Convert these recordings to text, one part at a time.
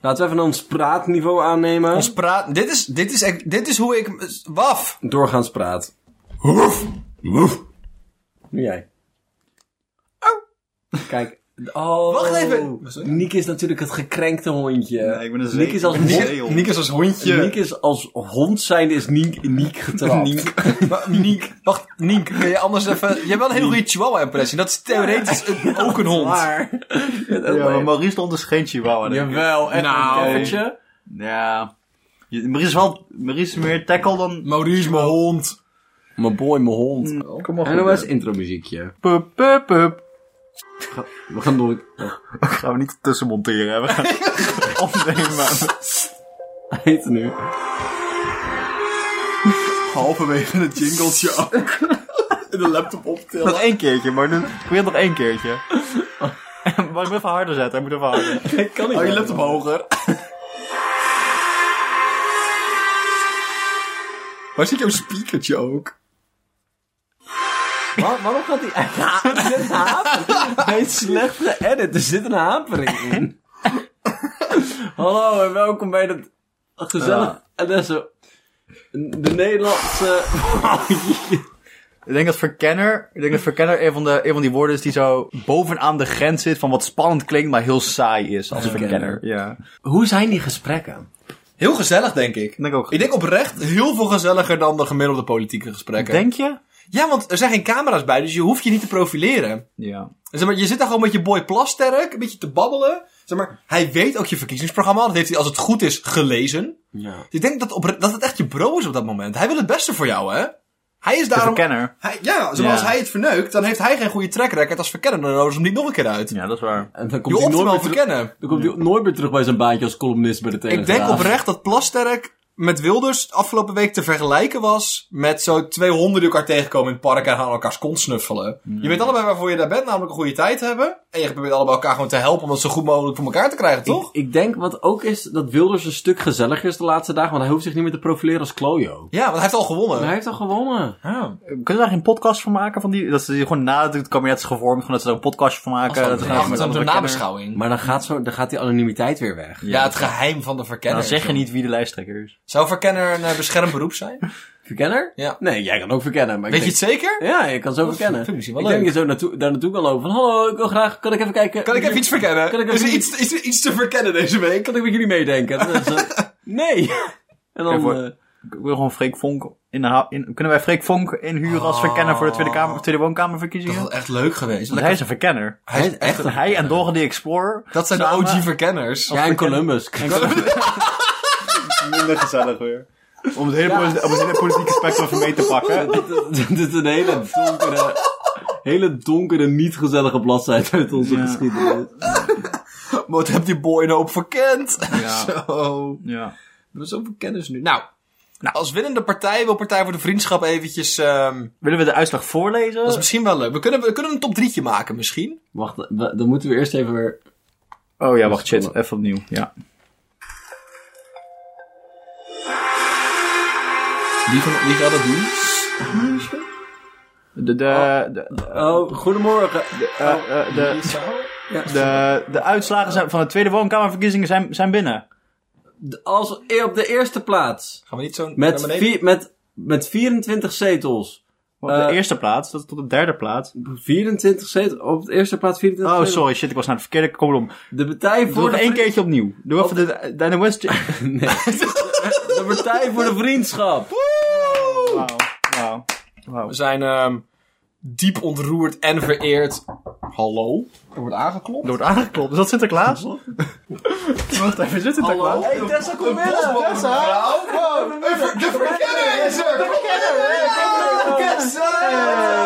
Laten we even ons praatniveau aannemen. Ons praat... Dit is, dit is, echt- dit is hoe ik... Waf! Doorgaans praat. Hoef! Hoef! Nu jij. Kijk. Oh. Wacht even. Niek is natuurlijk het gekrenkte hondje. Nee, ik ben een Niek is als zeehond. hond. Zeehond. Niek is als hondje. Niek is als hond zijnde is Niek Niek getrapt. Niek. Maar Niek. Wacht, Niek. Kun je anders even... Je hebt wel een hele goede chihuahua-impressie. Dat is theoretisch een- ook een hond. Maar. Ja, maar Maurice Land is geen chihuahua. denk ik. Jawel, echt nou. een weet hondje. je? Ja. Je- Maurice is wel... Maurice is meer tackle dan... Maurice, mijn hond. Mijn boy, mijn hond. Mm. Kom op. En dan is intro muziekje. Pup, pup, pup. We gaan door. Gaan we niet tussen monteren. We gaan opnemen. Heet het nu. Halverwege het jingletje ook. De laptop optillen. Nog één keertje, maar nu... Ik wil nog één keertje. Maar ik moet even harder zetten. Hij moet even harder. Ik kan niet. Oh, je laptop hoger. Waar zit jouw speakertje ook? Waar- waarom gaat die... Ja, er zit een haper. Hij is slecht geëdit. Er zit een hapering in. Hallo en welkom bij dat gezellig... En dat is zo- De Nederlandse... Ik denk dat verkenner, ik denk dat verkenner een van, de, een van die woorden is die zo bovenaan de grens zit van wat spannend klinkt, maar heel saai is als verkenner. Ja. Hoe zijn die gesprekken? Heel gezellig, denk ik. Ik denk ook. Ik denk oprecht heel veel gezelliger dan de gemiddelde politieke gesprekken. Denk je? Ja, want er zijn geen camera's bij, dus je hoeft je niet te profileren. Ja. Zeg maar, je zit daar gewoon met je boy Plasterk, een beetje te babbelen. Zeg maar, hij weet ook je verkiezingsprogramma, dat heeft hij als het goed is gelezen. Ja. Dus ik denk dat, opre- dat het echt je bro is op dat moment. Hij wil het beste voor jou, hè? Hij is De daarom... verkenner. Hij, ja, zeg maar, Ja. als hij het verneukt, dan heeft hij geen goede track record als verkenner. Dan nodig ze hem niet nog een keer uit. Ja, dat is waar. En dan komt Je hij hoeft hem nooit meer wel terug... verkennen. Dan komt hij nooit meer terug bij zijn baantje als columnist bij de Ik Telegraaf. denk oprecht dat Plasterk met Wilders afgelopen week te vergelijken was met zo twee honden die elkaar tegenkomen in het park en gaan elkaars kont snuffelen. Je weet allebei waarvoor je daar bent, namelijk een goede tijd hebben. En je probeert allebei elkaar gewoon te helpen om dat zo goed mogelijk voor elkaar te krijgen, toch? Ik, ik denk wat ook is dat Wilders een stuk gezelliger is de laatste dagen. Want hij hoeft zich niet meer te profileren als klojo. Ja, want hij heeft al gewonnen. Maar hij heeft al gewonnen. Oh. Ja. Kunnen we daar geen podcast van maken? Van die, dat ze die gewoon nadat het kabinet is gevormd, gewoon dat ze daar een podcast van maken. Dat dat is ze een gaan met achterstand- andere een verkenner- nabeschouwing. Maar dan gaat, zo, dan gaat die anonimiteit weer weg. Ja, het geheim van de verkenner. Dan zeg je niet wie de lijsttrekker is. Zou verkenner een eh, beschermd beroep zijn? Verkenner? Ja. Nee, jij kan ook verkennen. Maar Weet je ik het zeker? denk, Ja, je kan zo verkennen. vind ik misschien wel ik denk dat leuk. je zo naartoe, daar naartoe kan lopen van... Hallo, ik wil graag... Kan ik even kijken? Kan ik even iets verkennen? Kan ik is even er iets, is er iets te verkennen deze week? Kan ik met jullie meedenken? Dat is, eh, nee. En dan... Ja, voor- eh, Ik wil gewoon Freek Vonk in, de ha- in Kunnen wij Freek Vonk inhuren als verkenner voor de Tweede, kamer, tweede Oh. Dat Woonkamerverkiezingen? was echt leuk geweest. Want hij is een verkenner. Hij is echt een- Hij en Doran die Explorer. Dat zijn samen- de OG-verkenners. ja, en Columbus. minder gezellig weer. Om het hele, politi- om het hele politieke spectrum even mee te pakken. Dit is een hele donkere... Hele donkere, niet gezellige bladzijde uit onze Ja. geschiedenis. Wat heb die boy nou op verkend? Ja. Zo. Ja. We hebben zoveel kennis nu. Nou, nou, als winnende partij wil Partij voor de Vriendschap eventjes... ehm, Willen we de uitslag voorlezen? dat is misschien wel leuk. We kunnen, we kunnen een top drietje maken misschien. Wacht, we- dan moeten we eerst even weer... Oh ja, wacht, shit. Even opnieuw. Ja. Wie, van, wie gaat dat doen? De, de, de, Oh, goedemorgen. Oh, eh, eh, de, Ja, de, de uitslagen zijn, van de Tweede Woonkamerverkiezingen zijn, zijn binnen. de- als op de eerste plaats. Gaan we niet zo naar Met, beneden? vi- met, met 24 zetels. Op de Eh, eerste plaats, tot, tot de derde plaats. 24 zetels. Op de eerste plaats 24 Oh, zetels. sorry, shit, ik was naar de verkeerde kolom. De partij Doe voor nog de één Vri- keertje opnieuw. Doe even de Dana West. De partij voor de vriendschap. Wauw, wauw, wauw. We zijn ehm, diep ontroerd en vereerd. Hallo? Er wordt aangeklopt. Er wordt aangeklopt. Is dat Sinterklaas? Wacht even, is dit Sinterklaas? Hey, Tessa, kom binnen. Bosman, mevrouw. Wow, een ver- De verkenner is er! De verkenner!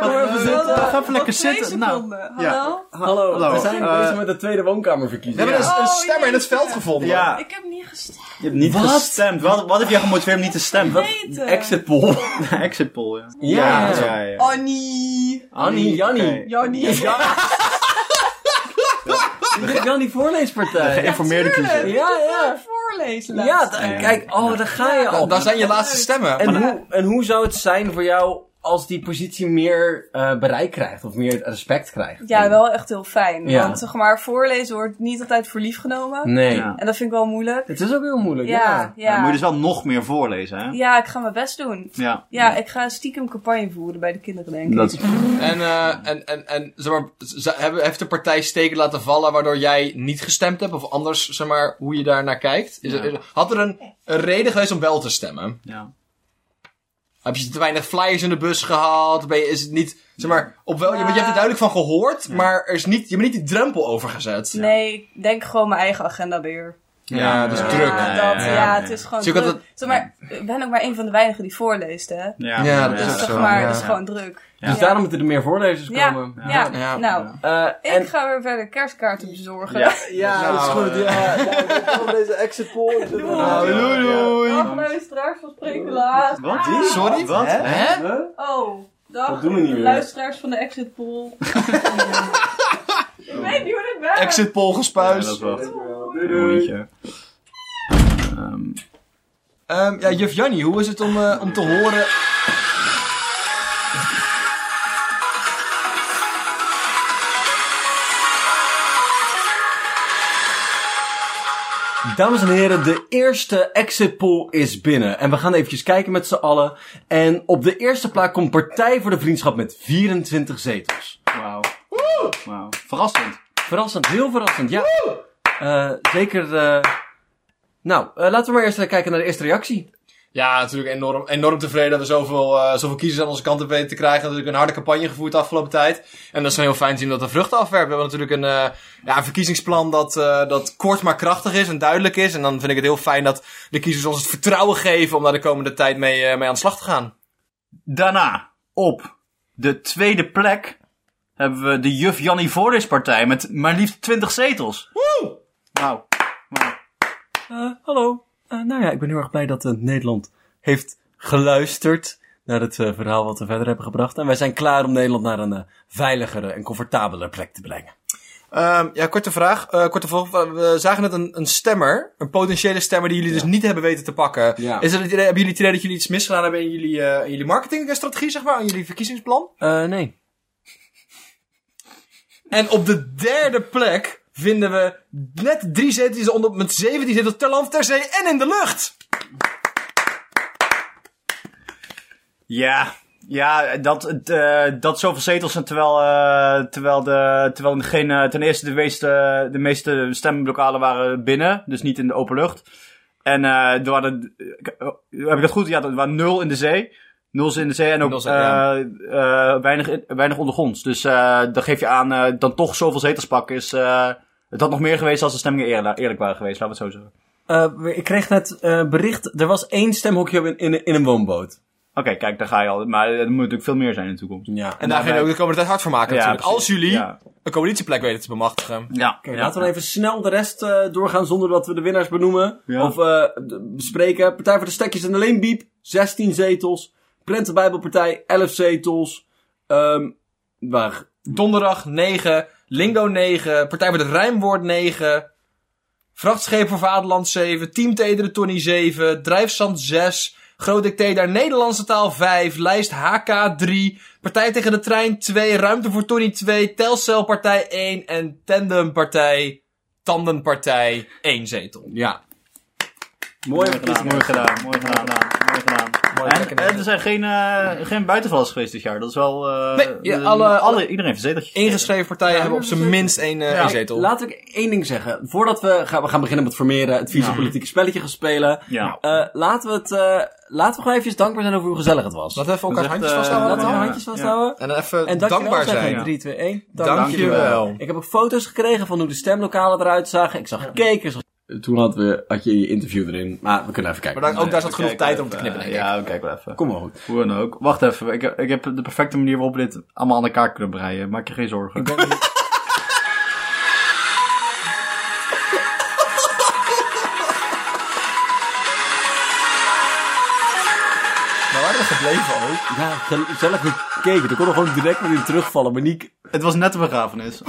Kom even zitten. Ga even lekker zitten. Nou, Hallo? Hallo, Hallo, we zijn eh, bezig met de tweede We hebben woonkamerverkiezing. een, een stemmer in het veld gevonden. Ah. ja. Ik heb niet gestemd. Je hebt niet gestemd. Wat, wat heb jij gemotiveerd om niet te stemmen? Eten. Exit poll. Exit poll, ja. Ja. ja, Oh, Annie. Annie, Jannie. Oké. Jannie. De Jannie voorleespartij. Geïnformeerde kiezer. Ja, ja. Voorlezen. Ja, luisteren. da- kijk, oh, daar ga je al. Daar zijn je laatste stemmen. En hoe, en hoe zou het zijn voor jou als die positie meer eh, bereik krijgt of meer respect krijgt. Ja, wel echt heel fijn. Ja. Want zeg maar, voorlezen wordt niet altijd voor lief genomen. Nee. Ja. En dat vind ik wel moeilijk. Het is ook heel moeilijk. Ja, Ja. Ja, dan moet ja. je dus wel nog meer voorlezen, hè? Ja, ik ga mijn best doen. Ja. Ja, ik ga stiekem campagne voeren bij de kinderen, denk ik. Dat is En, eh, en, en, en zeg maar, ze- hebben- heeft de partij steken laten vallen waardoor jij niet gestemd hebt? Of anders, zeg maar, hoe je daar naar kijkt? Is er- is er- had er een, een reden geweest om wel te stemmen? ja. Heb je te weinig flyers in de bus gehaald? Ben je, is het niet, zeg maar, op wel, je, bent- je hebt er duidelijk van gehoord, maar er is niet, je bent niet die drempel overgezet. Nee, ik denk gewoon mijn eigen agenda weer. Ja, dat is Ja, druk. dat, Ja, ja, ja, ja. het is gewoon Zie je ook druk. dat Zeg maar, ik ben ook maar een van de weinigen die voorleest, hè. Ja, Ja, dat Dus is zeg zo, maar, ja. dat is gewoon druk. Dus Ja. daarom moeten er meer voorlezers Ja, komen. ja, Ja. nou, Eh, ik en, ga weer verder kerstkaarten bezorgen. Ja. ja, Nou, dat is goed. eh. Ja, ja, ik kom deze exit poll. is het- Nou, doei doei. Dag luisteraars van Sprekelaar. Wat? Sorry? Wat? Hè? Hè? Huh? Oh, dag Dat doen we niet meer. luisteraars van de Exit Pool. ik weet niet hoe dit werkt. Exit poll Ja, gespuis. dat is wel echt Doei, een doei. momentje. Ehm, Ehm, ja, juf Jannie, hoe is het om, eh, om te horen... Dames en heren, de eerste exit poll is binnen. En we gaan eventjes kijken met z'n allen. En op de eerste plaats komt Partij voor de Vriendschap met 24 zetels. Wauw. Wauw. Verrassend. Verrassend, heel verrassend, ja. Eh, zeker. eh, Nou, eh, laten we maar eerst eh, kijken naar de eerste reactie. Ja, natuurlijk enorm, enorm tevreden dat we zoveel, eh, zoveel kiezers aan onze kant hebben weten te krijgen. Natuurlijk een harde campagne gevoerd de afgelopen tijd. En dat is gewoon heel fijn te zien dat de vruchten afwerpen. We hebben natuurlijk een, eh, ja, een verkiezingsplan dat, eh, dat kort maar krachtig is en duidelijk is. En dan vind ik het heel fijn dat de kiezers ons het vertrouwen geven om daar de komende tijd mee, eh, mee aan de slag te gaan. Daarna, op de tweede plek, hebben we de Juf Jannie Voorleespartij met maar liefst 20 zetels. Woe! Wauw. Wauw. Eh, hallo. Eh, nou ja, ik ben heel erg blij dat eh, Nederland heeft geluisterd naar het eh, verhaal wat we verder hebben gebracht. En wij zijn klaar om Nederland naar een eh, veiligere en comfortabelere plek te brengen. Ehm, ja, korte vraag. eh, korte volg- we zagen net een, een stemmer, een potentiële stemmer die jullie dus niet hebben weten te pakken. Ja. Is het, het idee- hebben jullie het idee dat jullie iets misgedaan hebben in jullie, eh, in jullie marketing en strategie, zeg maar, in jullie verkiezingsplan? Eh, nee. En op de derde plek vinden we net drie zetels onder met 17 zetels ter land, ter zee en in de lucht. Ja, ja dat, het, eh, dat zoveel zetels zijn terwijl, eh, terwijl, de, terwijl degene, eh, ten eerste de meeste, de meeste stemlokalen waren binnen, dus niet in de open lucht. En eh, er waren, eh, heb ik dat goed? Ja, er waren nul in de zee. Nul in de zee en ook Nul zee, ja. eh, eh, weinig, in- weinig ondergronds. Dus eh dan geef je aan, eh, dan toch zoveel zetels pakken is... eh, het had nog meer geweest als de stemmingen eerlijk, eerlijk waren geweest, laten we het zo zeggen. Eh, ik kreeg net eh, bericht, er was één stemhokje in, in, in een woonboot. Oké, kijk, daar ga je al. Maar er moet natuurlijk veel meer zijn in de toekomst. Ja. Oké, En daar gaan we ook de komende tijd hard voor maken Nou, Ja, natuurlijk. Als precies. jullie Ja. een coalitieplek weten te bemachtigen. Ja, ja. laten we dan even snel de rest eh, doorgaan zonder dat we de winnaars benoemen. Ja. Of eh, d- bespreken. Partij voor de Stekjes en de Leenbiep, 16 zetels. Prentenbijbelpartij, 11 zetels. Ehm waar? Donderdag 9, Lingo 9, Partij voor het Rijmwoord 9, Vrachtschepen voor Vaderland 7, Team Tedere Tony 7, Drijfzand 6, Groot Dictator Nederlandse taal 5, Lijst HK 3, Partij tegen de Trein 2, Ruimte voor Tony 2, Telcel Partij 1 en Tandem Partij, Tandenpartij 1 zetel. Ja. Mooie Mooi gedaan, verkiezingen. mooi gedaan, mooi gedaan, mooi gedaan. Mooi en, lekker, en er zijn geen, eh geen buitenvallers geweest dit jaar. Dat is wel... eh, Nee, ja, eh, alle- alle- iedereen heeft een zeteltje. Ingeschreven partijen hebben op zijn minst één, eh, één zetel. Nou, Laat ik één ding zeggen. Voordat we gaan, we gaan beginnen met formeren, het vieze politieke spelletje gaan spelen. Nou, Ja. Eh, laten, we het, eh, laten we gewoon even dankbaar zijn over hoe gezellig het was. Laten we even elkaar Dat is echt, handjes eh, vasthouden. Laten we allemaal. ja. handjes vasthouden. En dan even En dankjewel dankbaar zeggen. zijn. ja. 3, 2, 1. Dankjewel. Ik heb ook foto's gekregen van hoe de stemlokalen eruit zagen. Ik zag kekers. Toen had, we, had je je interview erin. Maar we kunnen even kijken. Maar dan, ook daar zat genoeg Kijken tijd we om te even, knippen, denk eh, ik. Ja, we kijken wel even. Kom maar goed. Hoe dan ook. Wacht even, ik, ik heb de perfecte manier waarop we dit allemaal aan elkaar kunnen breien. Maak je geen zorgen. Maar waar we gebleven ook. Ja, gel- zelf gekeken. Er kon er gewoon direct weer in terugvallen. Maar niet... Het was net een begrafenis.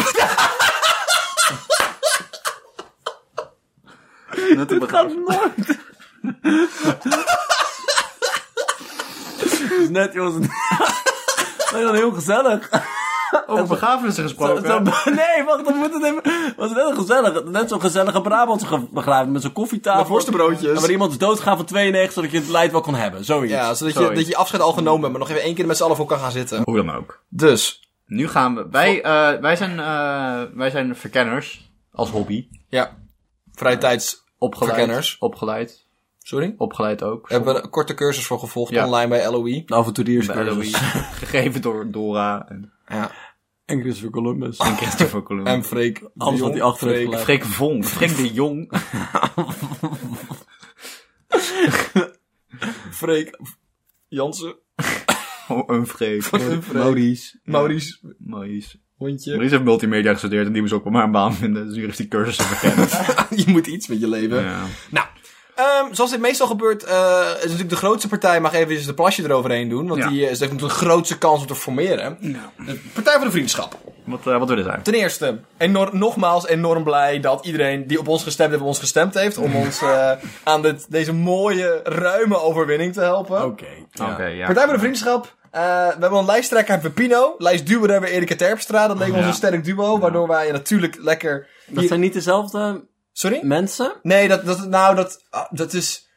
net een begrafenis. Net, jongens. was dan heel gezellig. Over begrafenissen gesproken. Zo- zo- nee, wacht, dan moet het even. Het was net een gezellig. Net zo'n gezellige Brabantse ge- begrafenis met zo'n Met koffietafel. worstenbroodjes. Waar iemand is doodgegaan van 92, zodat je het lijf wel kon hebben. Zoiets. Ja, zodat je, Sorry. dat je afscheid al genomen hebt, maar nog even één keer met z'n allen voor kan gaan zitten. Hoe dan ook. Dus, Nu gaan we. Wij, eh, wij, zijn, eh, wij zijn verkenners. Als hobby. ja. Vrije tijds... Opgeleid. Verkenners. Opgeleid. Sorry? Opgeleid ook. We hebben we een korte cursus voor gevolgd Ja. online bij LOE. De Bij avonturiers. dus. LOE. Gegeven door Dora en Ja. En Christopher Columbus. Christopher Columbus. En Freek. de Alles wat Jong, hij achter heeft Freek. gelaten. Freek Vonk. Freek de Jong. Freek. Jansen. Oh, een Freek. Een Freek. Maurice. Maurice. Maurice. Hondje. Maurice heeft multimedia gestudeerd en die moest ook wel maar een baan vinden. Dus nu heeft hij cursussen verkend. je moet iets met je leven. ja. Nou, ehm, zoals dit meestal gebeurt, eh, is natuurlijk de grootste partij mag even eens de plasje eroverheen doen. Want Ja. die eh, is natuurlijk de grootste kans om te formeren. De Partij voor de Vriendschap. Wat, eh, wat wil dit zijn? Ten eerste, enorm, nogmaals enorm blij dat iedereen die op ons gestemd heeft, op ons gestemd heeft. Om ons eh, aan dit, deze mooie, ruime overwinning te helpen. Oké. Oké, ja. Partij voor de Vriendschap. eh, we hebben een lijsttrekker hebben we Pino. Lijstduwer hebben we Erika Terpstra. Dat leek ons Ja. een sterk duo. Waardoor wij natuurlijk lekker... Dat zijn niet dezelfde Sorry? mensen? Nee, dat, dat, nou, dat, ah, dat is...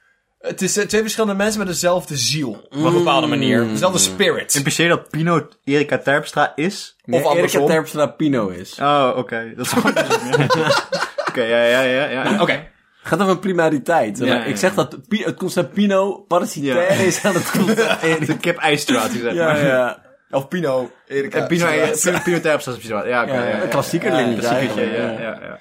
Het is eh, twee verschillende mensen met dezelfde ziel. Op een bepaalde manier. Mm. Dezelfde spirit. Impliceer dat Pino Erika Terpstra is? Of andersom. Erika Oké, Terpstra Pino is. Oh, oké. Dat is gewoon- Oké, ja, ja, ja. ja. Het gaat over primariteit. Ja, ja, Ik zeg dat pi- het concept Pino parasitair Ja. is aan het concept Erika. De kip-ijsstraat, zeg Ja, maar. ja. Of Pino, Erika. En Pino, Terpstra. Pino, Pino Terpstra is precies wat. Ja, oké. ja, ja, ja, Een klassieker ding. Klassiekertje, ja, ja, ja.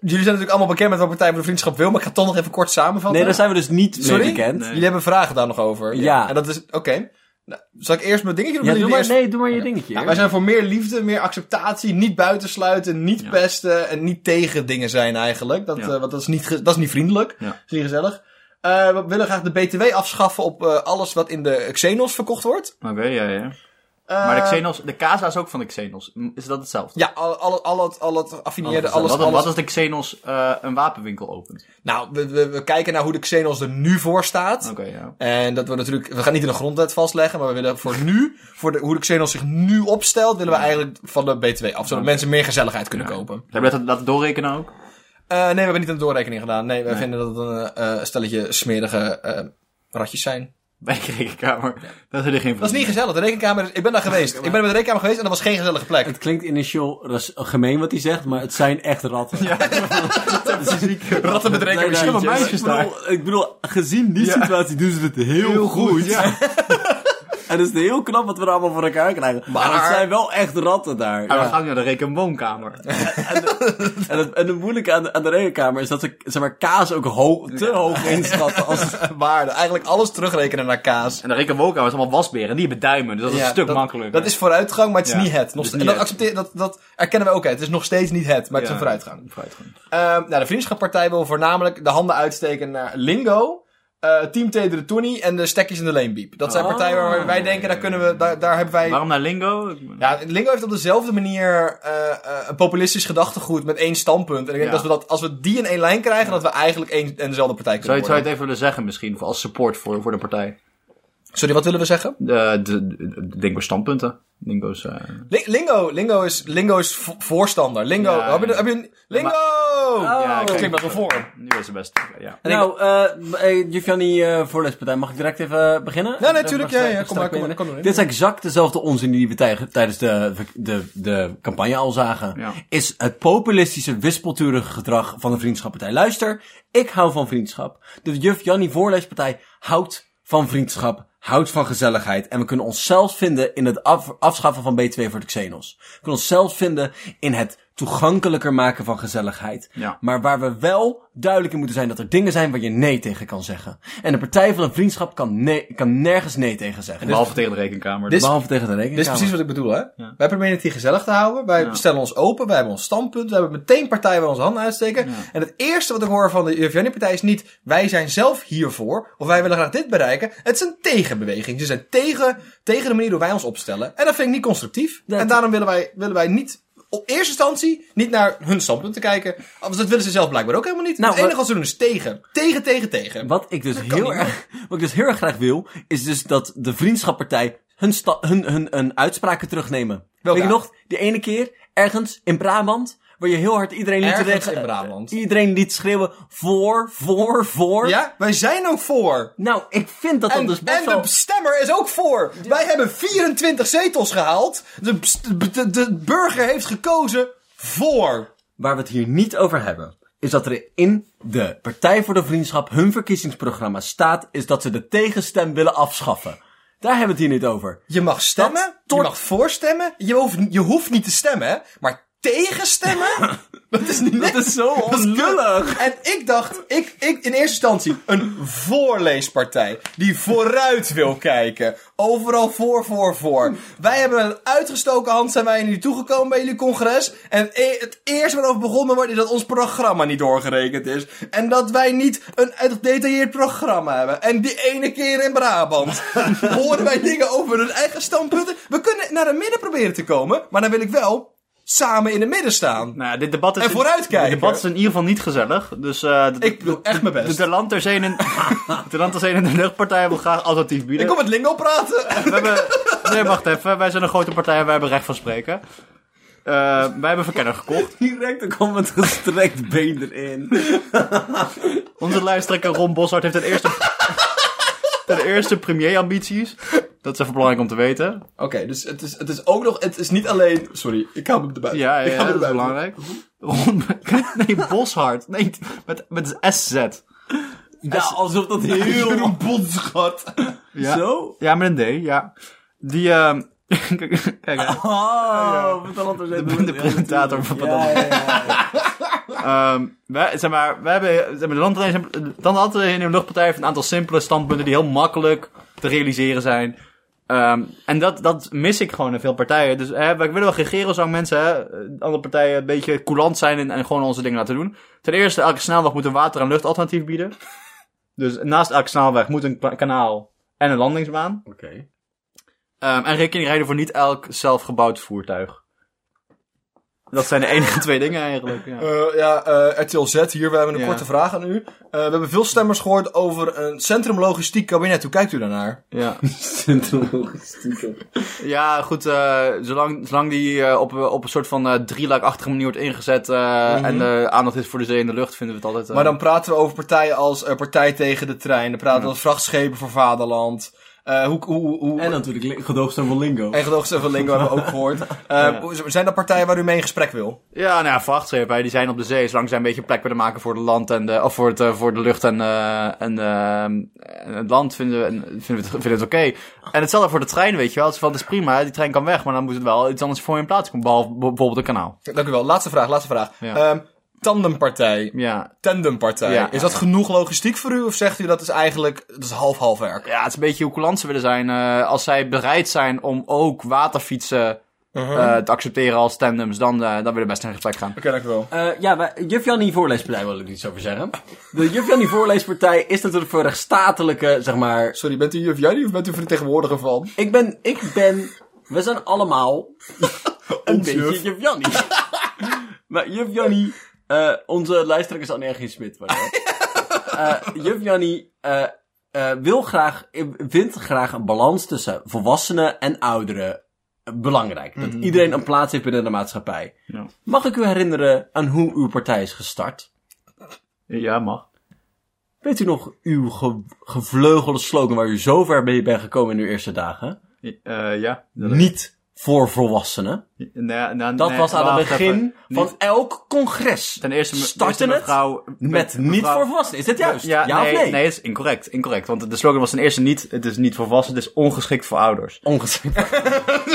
Jullie zijn natuurlijk allemaal bekend met wat Partij voor de Vriendschap wil. Maar ik ga toch nog even kort samenvatten. Nee, daar zijn we dus niet Sorry? mee bekend. Nee. Jullie hebben vragen daar nog over. Ja. En dat is... Oké. Nou, zal ik eerst mijn dingetje doen? Ja, Of doe jullie maar, eerst- nee, doe maar je dingetje. Ja, wij zijn voor meer liefde, meer acceptatie, niet buitensluiten, niet Ja. pesten en niet tegen dingen zijn eigenlijk. Dat, Ja. eh, want dat, is, niet ge- dat is niet vriendelijk, Ja. dat is niet gezellig. Eh, we willen graag de BTW afschaffen op eh, alles wat in de Xenos verkocht wordt. Oké, ja, ja. Eh, Maar de Xenos, de Casa is ook van de Xenos. M, Is dat hetzelfde? Ja, al, al, al het, al het affiliëerde, Alles, alles, Oh, wat, alles. wat als de Xenos eh, een wapenwinkel opent? Nou, we, we, we kijken naar hoe de Xenos er nu voor staat. Oké, ja. En dat we natuurlijk, we gaan niet in de grondwet vastleggen, maar we willen voor nu, voor de, hoe de Xenos zich nu opstelt, willen we eigenlijk van de BTW af, zodat mensen meer gezelligheid kunnen kopen. Hebben we dat laten doorrekenen ook? Eh, nee, we hebben niet een doorrekening gedaan. Nee, wij vinden dat het een eh, stelletje smerige eh, ratjes zijn. Bij de rekenkamer. Dat is er geen Dat is niet gezellig. De rekenkamer is... Ik ben daar geweest. Ik ben bij de rekenkamer geweest en dat was geen gezellige plek. Het klinkt initieel ras- gemeen wat hij zegt, maar het zijn echt ratten. Ja, Ratten met rekenmachines. nee, meisjes ik bedoel, ik bedoel, gezien die situatie doen ze het heel, goed. En het is heel knap wat we er allemaal voor elkaar krijgen. Maar, Maar- het zijn wel echt ratten daar. En ja. we gaan nu naar de rekenwoonkamer. En, het, en het moeilijke aan de, aan de rekenkamer is dat ze zeg maar, kaas ook ho- te hoog inschatten. Als, Waarde. Eigenlijk alles terugrekenen naar kaas. En de rekenwoonkamer is allemaal wasberen. En die hebben duimen. Dus dat is Ja, een stuk dat- makkelijker. Dat is vooruitgang, maar het is Ja, niet het. Nog, het is en niet dat, het. accepteer, dat, dat erkennen we ook. hè. Het is nog steeds niet het, maar het Ja. is een vooruitgang. Vooruitgang. Ehm, nou, de vriendschappartij wil voornamelijk de handen uitsteken naar Lingo, eh, Team Tedere Tony en de stekjes in de leenbiep. Dat zijn Oh. partijen waar wij denken, daar, kunnen we, daar, daar hebben wij... Waarom naar Lingo? Ja, Lingo heeft op dezelfde manier eh, eh, een populistisch gedachtegoed met één standpunt. En ik denk Ja. dat, we dat als we die in één lijn krijgen, dat we eigenlijk één en dezelfde partij Zou kunnen je, zou je worden. het even willen zeggen misschien? voor- Als support voor, voor de partij. Sorry, wat willen we zeggen? Eh, de, de, de Dingo's standpunten. Dingo's... eh, Li- Lingo, Lingo is, Lingo is vo- voorstander. Lingo, Ja, heb je, ja. heb je een- Lingo! ja, Dat ik klinkt best wel voor. Nu is het best. Ja. nou, uh, Giovanni eh voorleespartij, mag ik direct even eh, beginnen? nee, Even tuurlijk, straks- ja, ja, even kom maar, straks kom beginnen. maar, kom maar in. Dit is exact dezelfde onzin die we tij- tijdens de, de, de campagne al zagen. Ja. Is het populistische, wispelturige gedrag van de vriendschappartij. Luister, ik hou van vriendschap. De juf Jannie voorleespartij houdt van vriendschap. Houdt van gezelligheid. En we kunnen ons zelfs vinden in het af- afschaffen van B2 voor de Xenos. We kunnen ons zelfs vinden in het toegankelijker maken van gezelligheid. Ja. Maar waar we wel duidelijk in moeten zijn dat er dingen zijn waar je nee tegen kan zeggen. En de Partij van de Vriendschap kan, nee, kan nergens nee tegen Dus- zeggen. Behalve tegen de rekenkamer. Dit is- Behalve tegen de rekening. Dit is dus precies wat ik bedoel, hè? Wij proberen het hier gezellig te houden. Wij stellen ons open, wij hebben ons standpunt. We hebben meteen partijen waar onze handen uitsteken. En het eerste wat ik hoor van de Jurf-Jannie-partij is niet... wij zijn zelf hiervoor, of wij willen graag dit bereiken. Het is een tegenbeweging. Ze zijn tegen, tegen de manier hoe wij ons opstellen. En dat vind ik niet constructief. Dat- En daarom willen wij, willen wij niet... Op eerste instantie niet naar hun standpunt te kijken. Want dat willen ze zelf blijkbaar ook helemaal niet. Nou, het enige maar- wat ze doen is tegen. Tegen, tegen, tegen. Wat ik dus heel erg, wat ik dus heel erg graag wil, is dus dat de vriendschappartij hun, sta- hun, hun, hun uitspraken terugnemen. Weet je nog? Die ene keer, ergens in Brabant, waar je heel hard iedereen liet, Ergens reg- in Brabant. Iedereen liet schreeuwen voor, voor, voor. Ja, wij zijn ook voor. Nou, ik vind dat En, dan dus best en wel... de stemmer is ook voor. Wij hebben 24 zetels gehaald. De, de, de burger heeft gekozen voor. Waar we het hier niet over hebben, is dat er in de Partij voor de Vriendschap hun verkiezingsprogramma staat, is dat ze de tegenstem willen afschaffen. Daar hebben we het hier niet over. Je mag stemmen, tort- je mag voorstemmen. Je hoeft, je hoeft niet te stemmen, hè, maar tegenstemmen? dat is niet Dat is zo Dat is onlullig. En ik dacht, ik, ik in eerste instantie een voorleespartij die vooruit wil kijken. Overal voor, voor, voor. Wij hebben een uitgestoken hand, zijn wij nu toegekomen bij jullie congres. En e- het eerste waarover begonnen wordt is dat ons programma niet doorgerekend is. En dat wij niet een gedetailleerd programma hebben. En die ene keer in Brabant horen wij dingen over hun eigen standpunten. We kunnen naar het midden proberen te komen, maar dan wil ik wel samen in het midden staan. Nou ja, dit debat is... En vooruitkijken. Dit debat is in ieder geval niet gezellig. Dus eh, de- Ik doe echt mijn de, best. de Land ter Zee en de Land ter Zee en de Luchtpartij wil graag alternatief bieden. Ik kom met Lingo praten. We hebben... Nee, wacht even. Wij zijn een grote partij en wij hebben recht van spreken. Eh, wij hebben verkenner gekocht. Direct een comment gestrekt been erin. Onze lijsttrekker Ron Bossart heeft ten eerste, ten eerste premier-ambities. Dat is even belangrijk om te weten. Oké, dus het is, het is ook nog... Het is niet alleen... Sorry, ik hou hem erbij. Ja, ik ja, hou hem dat is erbij. belangrijk. Ron, nee, Boshart. Nee, met, met SZ. Ja, alsof dat heel... Jeroen Bonschat. Ja. Zo? Ja, met een D, ja. Die, ehm kijk, kijk, hè. Oh, wat dan anders de, de presentator van Padam. Ehm, wij, zeg maar, wij hebben, zeg maar, de Landverdediging- de Landverdediging in de Luchtpartij heeft een aantal simpele standpunten die heel makkelijk te realiseren zijn. Ehm, en dat, dat mis ik gewoon in veel partijen. Dus hè, wij willen wel geen gerozang mensen, hè, de andere partijen een beetje coulant zijn en, en gewoon onze dingen laten doen. Ten eerste, elke snelweg moet een water- en luchtalternatief bieden. Dus naast elke snelweg moet een kla- kanaal en een landingsbaan. Oké. Ehm, en rekening rijden voor niet elk zelfgebouwd voertuig. Dat zijn de enige twee dingen eigenlijk. Ja. Eh, ja, eh RTL Z hier. We hebben een Ja. korte vraag aan u. Eh, we hebben veel stemmers gehoord over een centrumlogistiek kabinet. Hoe kijkt u daarnaar? Ja. Centrumlogistiek. Ja, goed. eh, zolang, zolang die eh, op, op een soort van eh drielaakachtige manier wordt ingezet eh, en eh aandacht is voor de zee en de lucht, vinden we het altijd. eh, Mhm. Maar dan praten we over partijen als eh, Partij tegen de Trein. Dan praten we als Vrachtschepen voor Vaderland. Eh, hoe, hoe, hoe, En natuurlijk li- gedoogsteun van Lingo. en gedoogsteun van Lingo hebben we ook gehoord. Eh, hoe- Zijn er partijen waar u mee in gesprek wil? Ja, nou ja, vrachtschepen, hè, die zijn op de zee, zolang zij een beetje plek willen maken voor de land en de, of voor, het, eh, voor de lucht en, eh, en, eh, en het land, vinden we, en vinden we het, vinden we het oké. En hetzelfde voor de trein, weet je wel. Het is van, het is prima, hè, die trein kan weg, maar dan moet het wel iets anders voor in plaats komen, behalve bijvoorbeeld een kanaal. Dank u wel. Laatste vraag, laatste vraag. Ja. Ehm, tandempartij. Ja, tandempartij. Ja. is dat genoeg logistiek voor u? Of zegt u dat is eigenlijk dat is half-half werk? Ja, het is een beetje hoe coulant ze willen zijn. eh, als zij bereid zijn om ook waterfietsen eh, te accepteren als tandems, dan, eh, dan willen we best in gesprek gaan. Oké, dank u wel. Eh, ja, wij- Juf Jannie Voorleespartij wil ik iets over zeggen. De Juf Jannie Voorleespartij is natuurlijk voor rechtsstatelijke, zeg maar... Sorry, bent u juf Jannie of bent u vertegenwoordiger van? Ik ben, ik ben... We zijn allemaal een Ons beetje juf. Juf Jannie. maar Juf Jannie... eh, onze lijsttrekker is Anne R.G. Smit. maar wel. Eh Juf Jannie eh, eh, wil graag, vindt graag een balans tussen volwassenen en ouderen belangrijk. Dat iedereen een plaats heeft binnen de maatschappij. Ja. Mag ik u herinneren aan hoe uw partij is gestart? Ja, mag. Weet u nog uw ge- gevleugelde slogan waar u zo ver mee bent gekomen in uw eerste dagen? ja. Niet voor volwassenen. Dat was aan het begin van elk congres. Ten eerste, me- eerste starten het mevrouw, met niet voor volwassenen. Is dit juist? Ja, Ja, nee, of nee? nee, het is incorrect, incorrect. Want de slogan was ten eerste niet, het is niet voor volwassenen, het is ongeschikt voor ouders. Ongeschikt.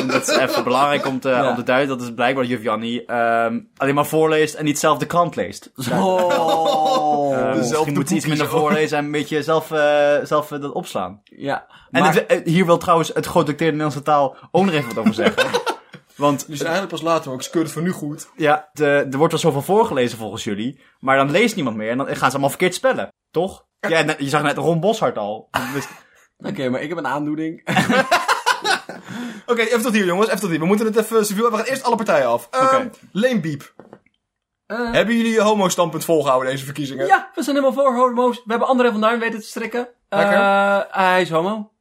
Dat is even belangrijk om te, Ja. om te duiden. Dat is blijkbaar dat juf Jannie ehm, alleen maar voorleest en niet zelf de krant leest. Oh. Eh, dezelfde misschien moet ze iets boekjes minder ook. voorlezen en een beetje zelf, eh, zelf eh, dat opslaan. ja. En Maar, het- eh, hier wil trouwens het gedoteerde Nederlandse taal ook nog even wat over zeggen. Want Dus eigenlijk pas later, ook. ik keur het voor nu goed. ja, de, er wordt wel zoveel voorgelezen volgens jullie, maar dan leest niemand meer en dan gaan ze allemaal verkeerd spellen, toch? Ja, net- je zag net Ron Boshart al. Dus- Oké, maar ik heb een aandoening. Oké, even tot hier jongens, even tot hier. We moeten het even civiel hebben. We gaan eerst alle partijen af. Ehm Oké. Leenbiep. Eh. Hebben jullie je homo-standpunt volgehouden deze verkiezingen? Ja, we zijn helemaal voor homo's. We hebben André van Duin weten te strikken. Eh, Lekker. hij is homo.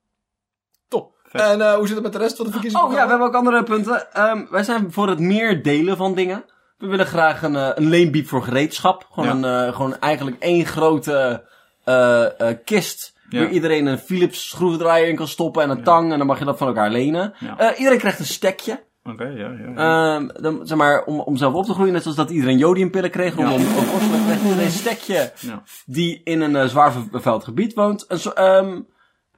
Top. En eh, hoe zit het met de rest van de verkiezingen? Oh ja, we hebben ook andere punten. Ehm, wij zijn voor het meer delen van dingen. We willen graag een, eh, een leenbiep voor gereedschap. Gewoon, Ja. een, eh, gewoon eigenlijk één grote eh, eh, kist. Ja. Waar iedereen een Philips schroevendraaier in kan stoppen en een tang. En dan mag je dat van elkaar lenen. Ja. Eh, iedereen krijgt een stekje. Oké, ja, ja. ja. Ehm, dan, zeg maar, om, om zelf op te groeien. Net zoals dat iedereen jodiumpillen kreeg. Om, om, om- kreeg iedereen een stekje Ja. die in een eh, zwaar ver- vervuild gebied woont. Een, zo- ehm,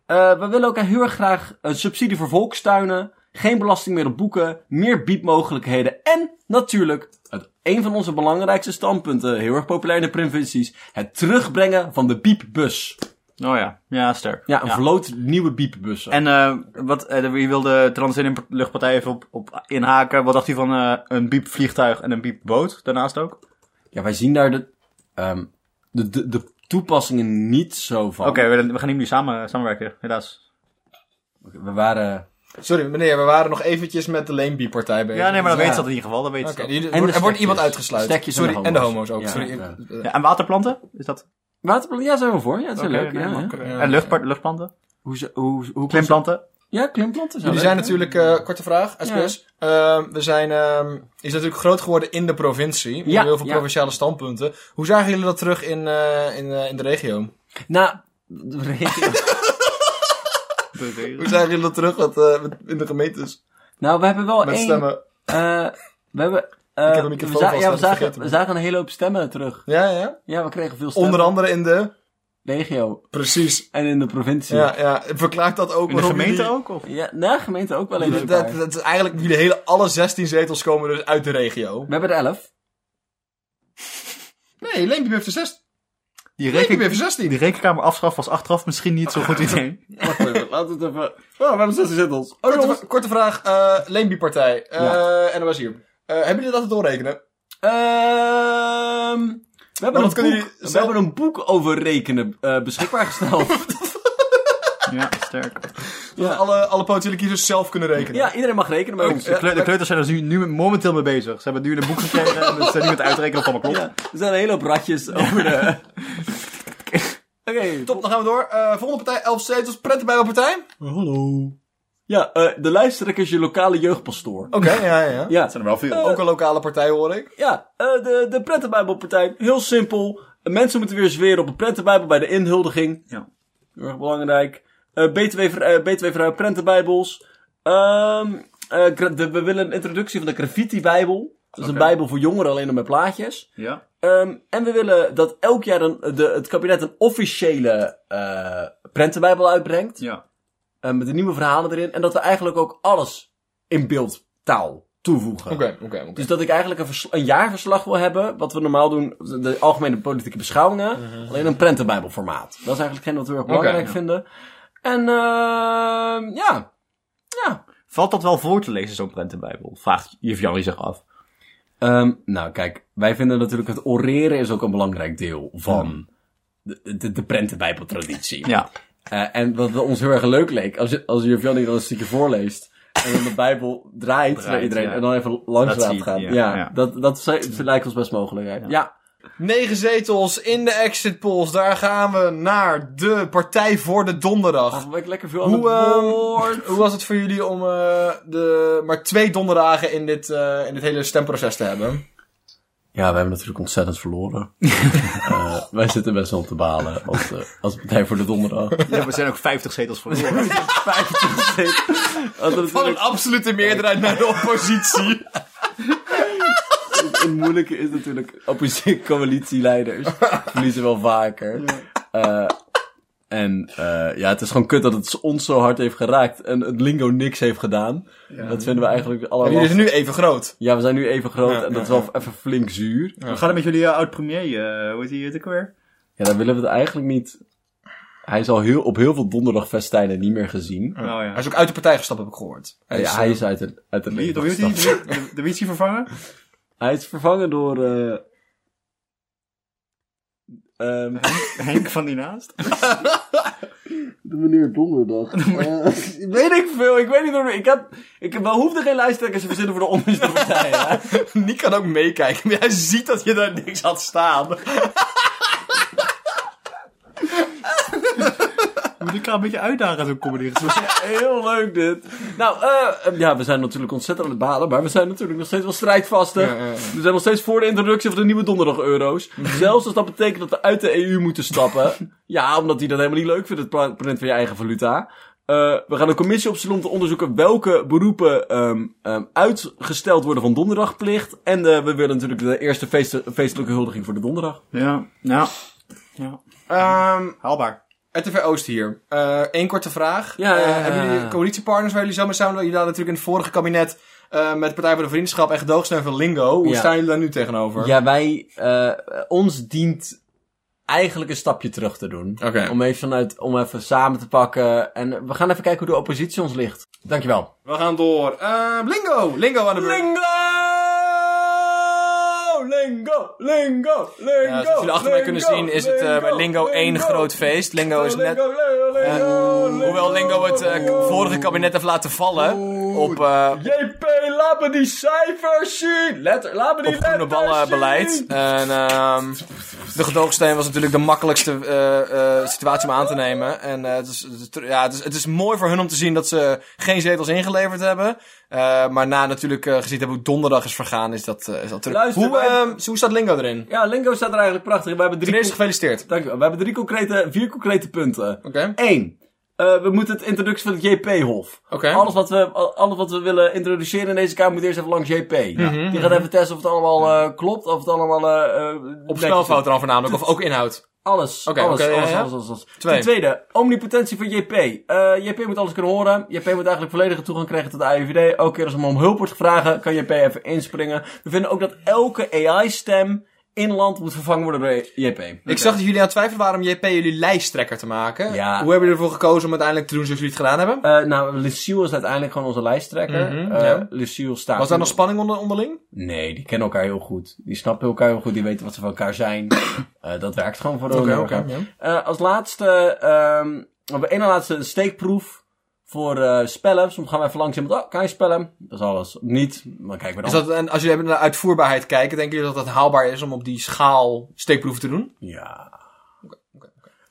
eh, we willen ook heel erg graag een subsidie voor volkstuinen. Geen belasting meer op boeken. Meer biedmogelijkheden. En natuurlijk, het, een van onze belangrijkste standpunten, heel erg populair in de provincies, het terugbrengen van de biepbus. Oh ja, ja, sterk. Ja, een vloot nieuwe biepbussen. En eh, wat, eh, wie wil de Transcendent Luchtpartij even op, op inhaken? Wat dacht hij van eh, een biepvliegtuig en een biepboot daarnaast ook? Oké, Ja, wij zien daar de, ehm, de, de, de toepassingen niet zo van. we, we gaan niet meer samen, samenwerken, helaas. We waren... Sorry meneer, we waren nog eventjes met de leenbie-partij bezig. Ja, nee, maar dan Dus, weet ja. ze dat in ieder geval. Dat weet ze Oké, dat. die- de er wordt- er wordt stekjes. iemand uitgesluit. Stekjes en Sorry, de en de homo's. homo's ook. Ja, Sorry. ja. Eh, Ja, en waterplanten? Is dat? Waterplan, ja, zijn we voor. Ja, dat is Oké, wel leuk. nee, ja, maar- ja. eh, En luchtpa- luchtplanten? Hoe, ze- hoe, hoe Klimplanten? Ja, klimplanten zijn Jullie leuk, zijn hè? natuurlijk, eh, korte vraag, SBS. Ehm, we zijn, ehm, is natuurlijk groot geworden in de provincie. We Ja, hebben heel veel ja. provinciale standpunten. Hoe zagen jullie dat terug in, eh, in, eh, in de regio? Nou, de regio- Hoe zagen jullie dat terug wat, eh, met- in de gemeentes? nou, we hebben wel Met één... stemmen. eh, we hebben... eh, Ik heb een microfoon we, za- vast, ja, dat we, is zagen, vergeten. we zagen een hele hoop stemmen terug. Ja, ja. Ja, we kregen veel stemmen. Onder andere in de... Regio Precies. en in de provincie. Ja, ja. Verklaart dat ook In de waarom gemeente jullie- ook? Of? ja nou, gemeente ook wel in Dat, Dus dat, elkaar. dat is eigenlijk, jullie hele, alle 16 zetels komen dus uit de regio. We hebben er elf. Nee, Leempje heeft er 6. Die, Leempje reken, heeft er 16. die rekenkamer afschaf was achteraf misschien niet zo'n goed idee. Wacht even, laten we het even... Oh, we hebben zes zettels. Oh, jongens. Korte, korte vraag, eh Leenbie-partij. Eh En dat was hier. Eh, hebben jullie dat te doorrekenen? Ehm, we hebben, dat een kunnen boek, jullie we zelf- hebben een boek over rekenen eh, beschikbaar gesteld. ja, sterk. Dat alle, alle potentiële kiezers zelf kunnen rekenen. ja, iedereen mag rekenen bij ons. Oh, De, kleu- de kleuters zijn er nu, nu momenteel mee bezig. Ze hebben nu een boek gekregen en ze zijn nu aan het uitrekenen van klopt. Ja, er zijn een hele hoop ratjes over de... Oké, Top, dan gaan we door. Eh, volgende partij, 11 zetels. Pret bij welke partij? Oh, Ja, eh, de lijsttrekker is je lokale jeugdpastoor. Oké, ja, ja. Ja, Oh, er wel veel. Ook een lokale partij hoor ik. ja eh, de, de Prettenbijbelpartij. Heel simpel. Mensen moeten weer zweren op een Prettenbijbel bij de inhuldiging. Ja. Heel erg belangrijk. Eh BTW, ver, eh, BTW verhuizen Prentenbijbels. Ehm, eh, gra- de- we willen een introductie van de Graffiti-bijbel. Dat is Oké. een bijbel voor jongeren, alleen dan met plaatjes. Ja. Ehm, en we willen dat elk jaar een, de, het kabinet een officiële eh Prentenbijbel uitbrengt. ja. Eh, met de nieuwe verhalen erin. En dat we eigenlijk ook alles in beeldtaal toevoegen. Oké, oké, oké. Dus dat ik eigenlijk een, versla- een jaarverslag wil hebben, wat we normaal doen, de algemene politieke beschouwingen, alleen een prentenbijbelformaat. Dat is eigenlijk hetgeen wat we heel erg belangrijk ja. vinden. En ehm ja, Valt dat wel voor te lezen, zo'n prentenbijbel? Vraagt juf Jannie zich af. Ehm, nou, kijk, wij vinden natuurlijk het oreren is ook een belangrijk deel van de, de, de prentenbijbeltraditie. Ja. Eh, en wat ons heel erg leuk leek, als, je- als juf Jannie dan een stukje voorleest, en dan de bijbel draait, Draait, naar iedereen, ja. en dan even langs Dat laat zie je, gaan. ja, Ja, ja. dat, dat ze- ze lijkt ons best mogelijk. Ja. ja. 9 zetels in de exit polls. Daar gaan we naar de Partij voor de Donderdag. Ach, ben ik lekker veel aan Hoe, eh, het ehm, hoe was het voor jullie om eh, de, maar twee donderdagen in dit, eh, in dit hele stemproces te hebben? Ja, we hebben natuurlijk ontzettend verloren. Eh, wij zitten best wel te balen als, eh, als Partij voor de Donderdag. ja. We zijn ook 50 zetels verloren. 50 zetels. Als we Van een natuurlijk- absolute meerderheid naar de oppositie. Het moeilijke is natuurlijk, oppositie coalitieleiders verliezen wel vaker. Eh, en eh, ja, het is gewoon kut dat het ons zo hard heeft geraakt en het lingo niks heeft gedaan. dat vinden we eigenlijk Maar allemaal... jullie zijn nu even groot. Ja, we zijn nu even groot Ja, en ja, dat is wel even flink zuur. We gaan er met jullie eh, oud-premier, eh, hoe heet die het ook alweer? Ja, dan willen we het eigenlijk niet... Hij is al heel, op heel veel donderdagfestijnen niet meer gezien. Oh ja. Hij is ook uit de partij gestapt, heb ik gehoord. Hij is, eh, ja, hij is uit het, uit het Wie- leven door wie gestapt. is die? Door- door wie is die vervangen? Hij is vervangen door. eh, ehm, Henk van die naast? de meneer Donderdag. Eh, weet ik veel, ik weet niet hoe. Ik, had, ik we hoefde geen lijsttrekkers te verzinnen voor de onderste partij. hè. Die kan ook meekijken, maar hij ziet dat je daar niks had staan. moet elkaar een beetje uitdagen, zo'n comedy. Heel leuk dit. Nou, eh, ja, we zijn natuurlijk ontzettend aan het balen, maar we zijn natuurlijk nog steeds wel strijdvastig. Ja, Mhm. ja, ja. We zijn nog steeds voor de introductie van de nieuwe donderdag euro's. Zelfs als dat betekent dat we uit de EU moeten stappen. ja, omdat die dat helemaal niet leuk vindt, het pla- print van je eigen valuta. Eh, we gaan een commissie opstellen om te onderzoeken welke beroepen ehm, ehm, uitgesteld worden van donderdagplicht. En eh, we willen natuurlijk de eerste feest- feestelijke huldiging voor de donderdag. Ja, ja. Ehm Haalbaar. RTV Oost hier. Eén korte vraag. Ja, ja, ja. Eh, hebben jullie coalitiepartners waar jullie zo mee samen... Jullie hadden natuurlijk in het vorige kabinet eh, met de Partij voor de Vriendschap en gedoogsteun van Lingo. Hoe Ja. staan jullie daar nu tegenover? Ja, wij, eh, ons dient eigenlijk een stapje terug te doen. Oké. Om even vanuit, om even samen te pakken. En we gaan even kijken hoe de oppositie ons ligt. Dankjewel. We gaan door. Ehm, Lingo! Lingo aan de beurt. Lingo! Lingo! Lingo! Ja, zoals jullie achter mij kunnen zien is het eh, bij Lingo één groot feest. Lingo is net... eh, hoewel Lingo het eh, k- vorige kabinet heeft laten vallen op, eh, JP, laat me die cijfers zien! Letter, laat me die op groene letters ballen zien! eh, beleid. En ehm, de gedoogsteun was natuurlijk de makkelijkste eh, eh, situatie om aan te nemen. En eh, het, is, het is- ja, het, is, het is mooi voor hun om te zien dat ze geen zetels ingeleverd hebben. Eh, maar na natuurlijk eh, gezien hebben hoe donderdag is vergaan, is dat, eh, is dat terug. Luister, hoe, wij- ehm, hoe staat Lingo erin? Ja, Lingo staat er eigenlijk prachtig. in. We hebben Ten drie, eerste gefeliciteerd. dankjewel. We hebben drie concrete, vier concrete punten. Oké. Eén. eh, we moeten het introductie van het JP-hof. Oké. Alles, wat we, al- alles wat we willen introduceren in deze kamer moet eerst even langs JP. Mhm. Die gaat even testen of het allemaal eh, klopt, of het allemaal... eh, eh, Op netjes is. spelfouten dan voornamelijk, of ook inhoud. Alles, Oké, alles, oké, ja, alles, ja. alles, alles, alles. Twee. Ten tweede, omnipotentie van JP. Eh, JP moet alles kunnen horen. JP moet eigenlijk volledige toegang krijgen tot de AIVD. Elke keer als hem om hulp wordt gevraagd, kan JP even inspringen. We vinden ook dat elke AI-stem in land moet vervangen worden door JP. Ik zag dat jullie aan het twijfelen waren om JP jullie lijsttrekker te maken. Ja. Hoe hebben jullie ervoor gekozen om uiteindelijk te doen zoals jullie het gedaan hebben? Eh, nou, Lucille is uiteindelijk gewoon onze lijsttrekker. Mhm, Eh, ja. Lucille staat... Was daar nog spanning onder, onderling? Nee, die kennen elkaar heel goed. Die snappen elkaar heel goed, die weten wat ze van elkaar zijn. Eh, dat werkt gewoon voor de Oké, heel oké, erg. ja. Eh, als laatste, ehm we hebben één na laatste een steekproef voor eh, spellen. Soms gaan we even langs iemand, oh, kan je spellen? Dat is alles. Niet, maar kijken we dan. Is dat, en als jullie hebben naar uitvoerbaarheid kijken, denken jullie dat dat haalbaar is om op die schaal steekproeven te doen? Ja.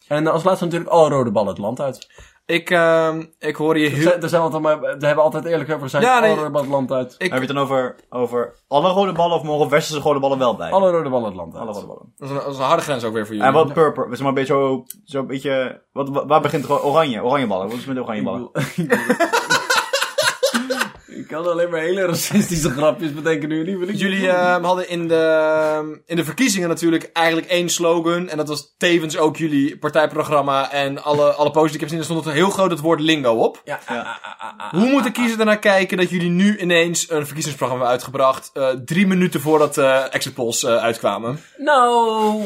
En eh, als laatste natuurlijk alle rode ballen het land uit. Ik, ehm ik hoor hier Daar heel... zijn- Daar zijn we altijd, maar, daar hebben we altijd eerlijk over zijn. Ja, nee. Alle rode ballen het land uit. Ik, Heb je het dan over, over alle rode ballen of mogen westerse rode ballen wel bij? Alle rode ballen het land uit. Alle rode ballen. dat, is een, dat is een harde grens ook weer voor jullie. En wat purper? Zeg maar een beetje zo, zo een beetje, wat, wa- waar begint ro- oranje? Oranje ballen. Wat is met de oranje ballen? Ik kan alleen maar hele racistische grapjes bedenken nu. Niet, maar ik- Jullie ehm, hadden in de, ehm, in de verkiezingen natuurlijk eigenlijk één slogan. En dat was tevens ook jullie partijprogramma en alle, alle posts die ik heb gezien. Er stond heel groot het woord lingo op. Ja, Hoe moet de kiezer ernaar kijken dat jullie nu ineens een verkiezingsprogramma hebben uitgebracht? eh, drie minuten voordat de exit polls eh, uitkwamen. Nou.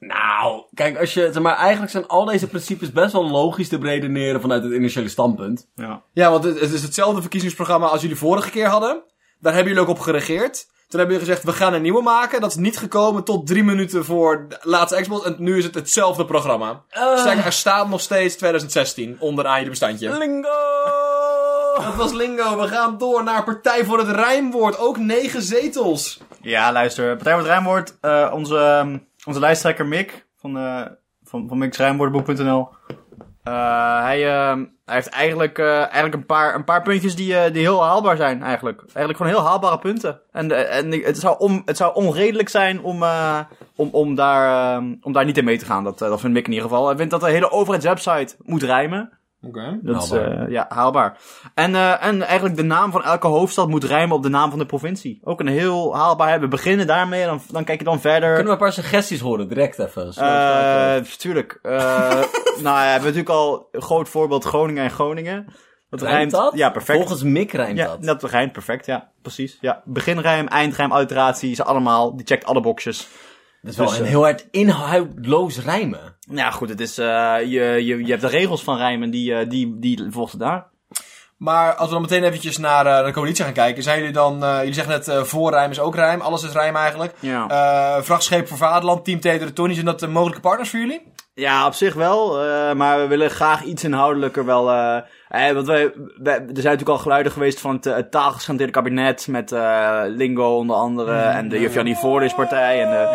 Nou, kijk, als je, zeg maar, eigenlijk zijn al deze principes best wel logisch te redeneren vanuit het initiële standpunt. Ja. Ja, want het, het is hetzelfde verkiezingsprogramma als jullie vorige keer hadden. Daar hebben jullie ook op geregeerd. Toen hebben jullie gezegd, we gaan een nieuwe maken. Dat is niet gekomen tot drie minuten voor de laatste Xbox. En nu is het hetzelfde programma. Sterker, er staat nog steeds 2016 onderaan jullie bestandje. Lingo! Dat was lingo. We gaan door naar Partij voor het Rijmwoord. Ook negen zetels. Ja, luister. Partij voor het Rijnwoord. eh, onze, ehm, onze lijsttrekker Mick van, eh van, van Mick's Rijnwoordenboek.nl. Eh, hij, ehm, hij heeft eigenlijk, eh, eigenlijk een, paar, een paar puntjes die, eh, die heel haalbaar zijn eigenlijk. Eigenlijk gewoon heel haalbare punten. En, eh, en ik- het, zou on, het zou onredelijk zijn om, eh, om, om, daar, ehm, om daar niet in mee te gaan. Dat, eh, dat vindt Mick in ieder geval. Hij vindt dat de hele overheidswebsite moet rijmen. Oké. Dat is, Haalbaar. eh, ja, haalbaar. En, eh, en eigenlijk de naam van elke hoofdstad moet rijmen op de naam van de provincie. Ook een heel haalbaar hebben. Beginnen daarmee, dan, dan kijk je dan verder. Kunnen we een paar suggesties horen, direct even? Zo, Eh, tuurlijk. Eh, nou ja, we hebben natuurlijk al een groot voorbeeld Groningen en Groningen. Dat rijmt dat? Ja, perfect. Volgens Mick rijmt ja, dat. dat rijmt perfect, ja. Precies, ja. Beginrijm, eindrijm, alliteratie, ze allemaal. Die checkt alle boxjes. Dat is wel Dus, een eh, heel hard inhoudloos rijmen. Nou ja, goed, het is, eh, je, je, je hebt de regels van rijmen, die, eh, die, die volgen daar. Maar als we dan meteen eventjes naar eh, de coalitie gaan kijken. Zijn jullie dan... eh, jullie zeggen net, eh voor rijm is ook rijm. Alles is rijm eigenlijk. Ja. Eh, vrachtscheep voor vaderland, team Tedere Tony. Zijn dat de mogelijke partners voor jullie? Ja, op zich wel. eh, maar we willen graag iets inhoudelijker wel. eh, eh, want wij, wij- er zijn natuurlijk al geluiden geweest van het, eh, het taalgeschedeerde kabinet. Met eh, Lingo onder andere. en de Juf Jannie Voordeespartij. En de,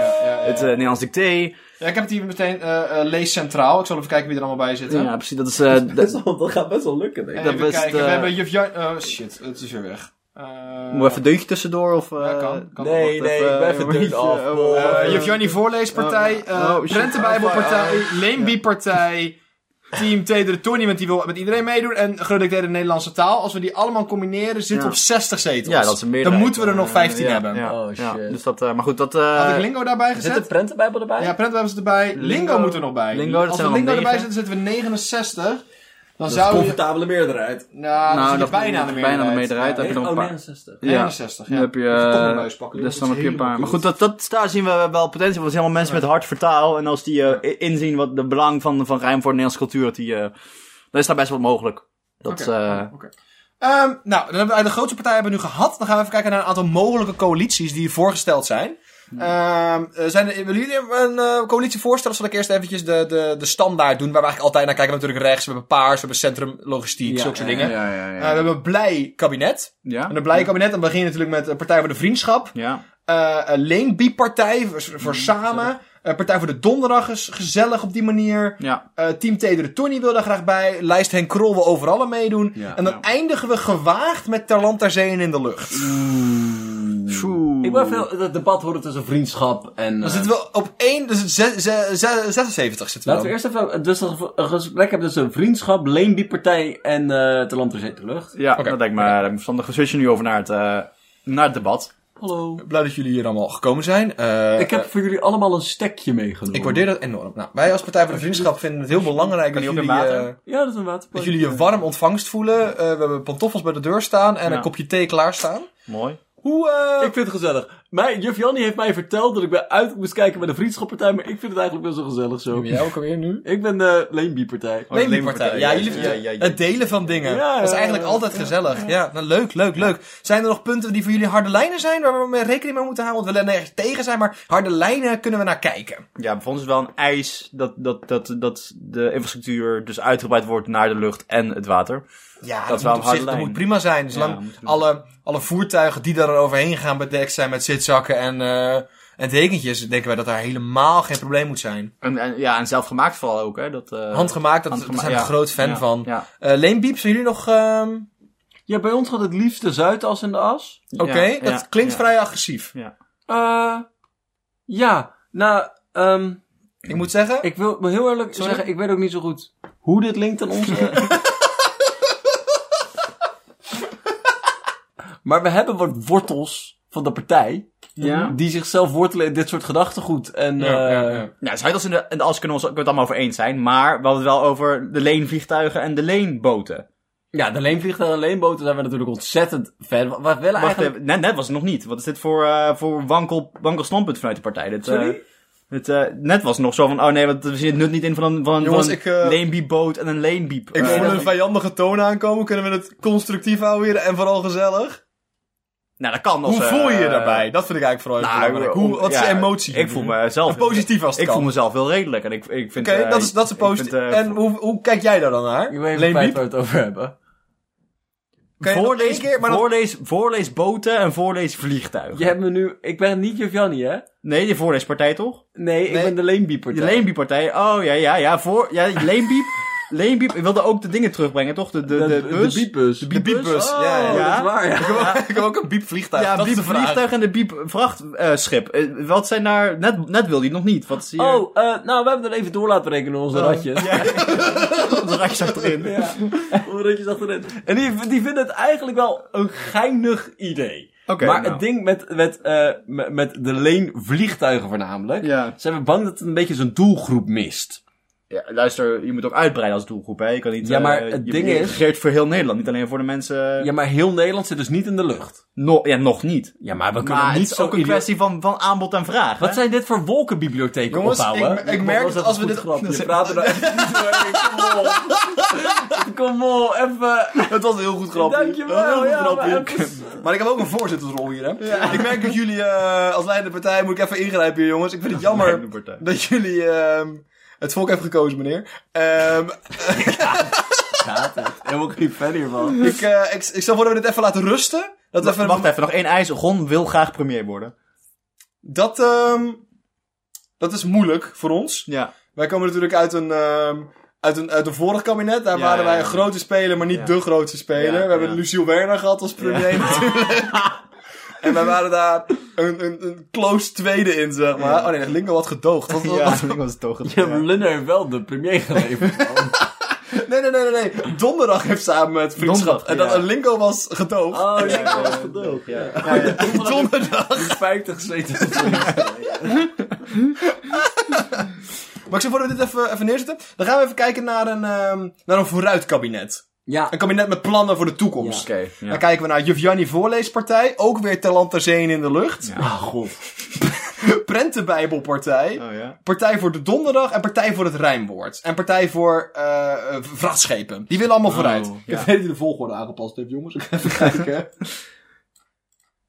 het eh, Nederlands Dicté. Ja, ik heb het hier meteen eh, eh, lees centraal. Ik zal even kijken wie er allemaal bij zitten. Ja, precies. Dat is. eh, dat- Best wel- dat gaat best wel lukken, denk ik. Even dat was kijken. de- We hebben juf Jan... Oh shit, het is weer weg. Eh, Moet even deuntje tussendoor of... eh, ja, kan, kan nee, nog. ik dat, ben eh, even weet je, deugd af, eh, boy. Eh, eh, juf Jannie Voorleespartij, eh oh, shit. Oh, Prentenbijbelpartij, Leembi-partij, Team Tedere Tony, want die wil met iedereen meedoen, en Gedicteerde Nederlandse Taal. Als we die allemaal combineren, zitten we Ja. op 60 zetels. Ja, dat is een meerderheid. Dan moeten we er nog Eh, 15 ja, hebben. Ja, Oh, ja. shit. Dus dat, eh, maar goed, dat... eh, Had ik Lingo daarbij Zit de gezet? prentenbijbel erbij? Ja, Prentenbijbel is erbij. Lingo, Lingo moet er nog bij. Lingo, dat Als we zijn er Lingo negen. erbij zetten, zitten we 69. Dan Dat is een zou je... comfortabele meerderheid. Nou, dan Nou, zit je dat- bijna aan de meerderheid. bijna aan de meerderheid. Ja, heb je nog oh, een paar. 69. Ja. 61, ja. Dan heb je... Even eh, tandenbuis pakken, dus jongens. dan heb je een paar. Maar Helemaal goed, dat, dat, daar zien we wel potentie. Want het zijn allemaal mensen met hard vertaal. En als die eh, inzien wat de belang van, van rijm voor de Nederlandse cultuur... Dat die, eh, dan is daar best wat mogelijk. Dat, Oké. eh, Oké. Ehm, nou, dan hebben we eigenlijk de grootste partijen hebben we nu gehad. Dan gaan we even kijken naar een aantal mogelijke coalities die hier voorgesteld zijn. Hmm. Ehm, eh, zijn er, willen jullie een eh, coalitie voorstellen? Of zal ik eerst eventjes de, de, de standaard doen? Waar we eigenlijk altijd naar kijken. We hebben natuurlijk rechts, we hebben paars, we hebben centrum, logistiek, zulke soort dingen. Ja, ja, Eh, we hebben een blij kabinet. ja. En een blij kabinet, dan begin je natuurlijk met eh, Partij voor de Vriendschap. Ja. eh eh, Leenbi-partij voor, Hmm, voor Samen. Eh, Partij voor de Donderdag is gezellig op die manier. Ja. Eh, Team Tedere Tony wil daar graag bij. Lijst Henk Krol wil overal aan meedoen. Ja. en dan Ja. eindigen we gewaagd met Ter land, ter zee en in de lucht. Pfoe. Ik wil veel het debat horen tussen vriendschap en... Dan eh, zitten we op één, dus ze- ze- ze- 76 zitten we Laten dan. we eerst even dus een gevo- een gesprek hebben tussen vriendschap, leen die partij en eh ter land ter zee ter lucht. Ja, Oké. dat lijkt me daar lijkt me verstandig. We switchen nu over naar het, eh, naar het debat. Hallo. Blij dat jullie hier allemaal gekomen zijn. Eh, Ik heb eh, voor jullie allemaal een stekje meegenomen. ik waardeer dat enorm. Nou, wij als Partij voor de Vriendschap vinden het heel belangrijk dat Kan die ook jullie, in water? eh, Ja, dat is een waterpotje. dat jullie je warm ontvangst voelen. Eh, we hebben pantoffels bij de deur staan en Ja. een kopje thee klaarstaan. Mooi. Hoe, eh, Ik vind het gezellig. Mijn, juf Jannie heeft mij verteld dat ik bij uit moest kijken bij de vriendschappartij, maar ik vind het eigenlijk best wel gezellig zo. Ja, ook alweer nu? Ik ben eh, de leenbiepartij. Oh, de Leempartij. Ja, jullie ja, ja, ja. het delen van dingen. Ja, ja, dat is eigenlijk ja, altijd gezellig. Ja, nou, leuk, leuk, leuk. Zijn er nog punten die voor jullie harde lijnen zijn waar we mee rekening mee moeten houden? Want we willen nergens tegen zijn, maar harde lijnen kunnen we naar kijken. Ja, voor ons is wel een eis dat, dat, dat, dat de infrastructuur dus uitgebreid wordt naar de lucht en het water. Ja, dat, is wel moet, een op harde zich- dat lijn. moet prima zijn. Zolang Ja, moet prima. alle, alle voertuigen die daar overheen gaan bedekt zijn met zitzakken en, eh, en tekentjes, denken wij dat daar helemaal geen probleem moet zijn. En, en, ja, en zelfgemaakt vooral ook, hè. Dat, eh, Handgemaakt, dat, handgema- daar zijn we ja. een groot fan Ja, van. Ja. Eh, Leenbiep, zijn jullie nog... ehm, Ja, bij ons gaat het liefst de Zuidas en de As. Oké, Ja, dat ja, klinkt ja. vrij agressief. Eh ja, nou, ehm Ik moet zeggen... ik wil me heel eerlijk Sorry? zeggen, ik weet ook niet zo goed hoe dit linkt aan onze... maar we hebben wat wortels van de partij, Ja. die zichzelf wortelen in dit soort gedachtegoed. En, Ja, ja, eh, ja. Nou, Zuidas en de, en de As kunnen we ons ook- kunnen we het allemaal over eens zijn. Maar we hadden het wel over de leenvliegtuigen en de leenboten. Ja, de leenvliegtuigen en leenboten zijn we natuurlijk ontzettend fan. Wat- Wat willen Wacht, eigenlijk... even, net, net was het nog niet. Wat is dit voor, eh, voor wankel, wankel standpunt vanuit de partij? Dit, eh, Sorry? dit, eh, net was nog zo van, oh nee, want er zit het nut niet in van een, van, een- Jongens, van ik, eh, een leenbiepboot en een leenbiep. Ik eh, voel dat- een vijandige toon aankomen. Kunnen we het constructief houden hier en vooral gezellig? Nou, dat kan. Als, Hoe eh, voel je je daarbij? Dat vind ik eigenlijk vooral heel Nou, belangrijk. Hoe, wat is ja, je emotie? Ik voel mezelf... positief als het Ik kan. voel mezelf heel redelijk. En ik, ik vind... Oké, eh, dat, is, dat is een ik vind, positief. eh, en hoe, hoe kijk jij daar dan naar? Ik weet even Leen kwijt Biep? waar we het over hebben. Kan je nog één Voorlees, keer, maar dan- voorlees, voorlees boten en voorlees vliegtuigen. Je hebt me nu... Ik ben niet Giovanni, hè? Nee, de voorleespartij toch? Nee, ik Nee. ben de leenbiepartij. De leenbieppartij. Oh, ja, ja, ja. Voor, ja leenbiep. leenbiep. Ik wilde ook de dingen terugbrengen, toch? De, de, de, bus. De biepbus. De De biepbus. biepbus, Oh, ja, ja, Oh, dat ja. is waar, ja. Ik heb ook een biepvliegtuig. Ja, dat is biep de vraag. vliegtuig en de biep vrachtschip. Eh, wat zijn daar... Net, net wilde hij nog niet. Wat zie je? Oh, eh, nou, we hebben er even door laten rekenen, onze Oh. ratjes. de rakje zat erin. Onze ratjes achterin. En die, die vinden het eigenlijk wel een geinig idee. Oké, maar nou. het ding met, met, eh, met, met de leenvliegtuigen voornamelijk... Ja. zijn we bang dat het een beetje zijn doelgroep mist. Ja, luister, je moet ook uitbreiden als doelgroep, hè. Je kan niet... Ja, maar eh, het je- ding je is- regeert voor heel Nederland, niet alleen voor de mensen... Ja, maar heel Nederland zit dus niet in de lucht. No- ja, nog niet. Ja, maar we Maar het is ook een idioot- kwestie van, van aanbod en vraag, Wat zijn dit voor wolkenbibliotheken Jongens, opbouwen? ik- ik merk was dat een als we goed dit- Grap. Je praat er nou echt niet doorheen. Kom op. Kom op, even... Het was een heel goed grapje. Dat was Dankjewel. een heel Ja, goed maar grapje. even- Maar ik heb ook een voorzittersrol hier, hè? Ik merk dat jullie eh, als leidende partij... Moet ik even ingrijpen hier, jongens. Ik vind het jammer eh, dat jullie ehm, het volk hebben gekozen, meneer. Ehm, Gaat het. Helemaal geen fan hiervan. ik, eh, ik, ik stel voor dat we dit even laten rusten. Dat we even... Wacht even, nog één eis. Ron wil graag premier worden. Dat, ehm, Dat is moeilijk voor ons. Ja. Wij komen natuurlijk uit een, ehm, uit een, uit een vorig kabinet. Daar Ja, waren ja, wij ja. een grote speler, maar niet Ja. de grootste speler. Ja, we hebben ja. Luciel Werner gehad als premier natuurlijk. en wij waren daar een, een, een close tweede in, zeg maar. Oh nee, dat Lingo had gedoogd. Wat- wat- Ja, ik was het toch. Ja, maar Lunner heeft wel de premier geleverd. man. Nee, nee, nee, nee, nee. Donderdag heeft samen met Vriendschap. Donderdag, en dat ja. een Lingo was gedoogd. oh, die was gedood. Ja. Ja. Ja, ja. Donderdag. 50 zetels. Maar ik zeg voordat we dit even, even neerzetten. Dan gaan we even kijken naar een, ehm, naar een vooruitkabinet. Ja. Een kabinet met plannen voor de toekomst. Ja. Oké, ja. Dan kijken we naar Jufjani Voorleespartij. Ook weer Talant ter Zeen in de lucht. Ja. Ah, god. Prentenbijbelpartij. Oh ja. Partij voor de Donderdag en Partij voor het Rijnwoord. En Partij voor eh, eh, vrachtschepen. Die willen allemaal vooruit. Ik Oh, ja. heb weet dat de volgorde aangepast heeft, jongens. Ik ga even kijken.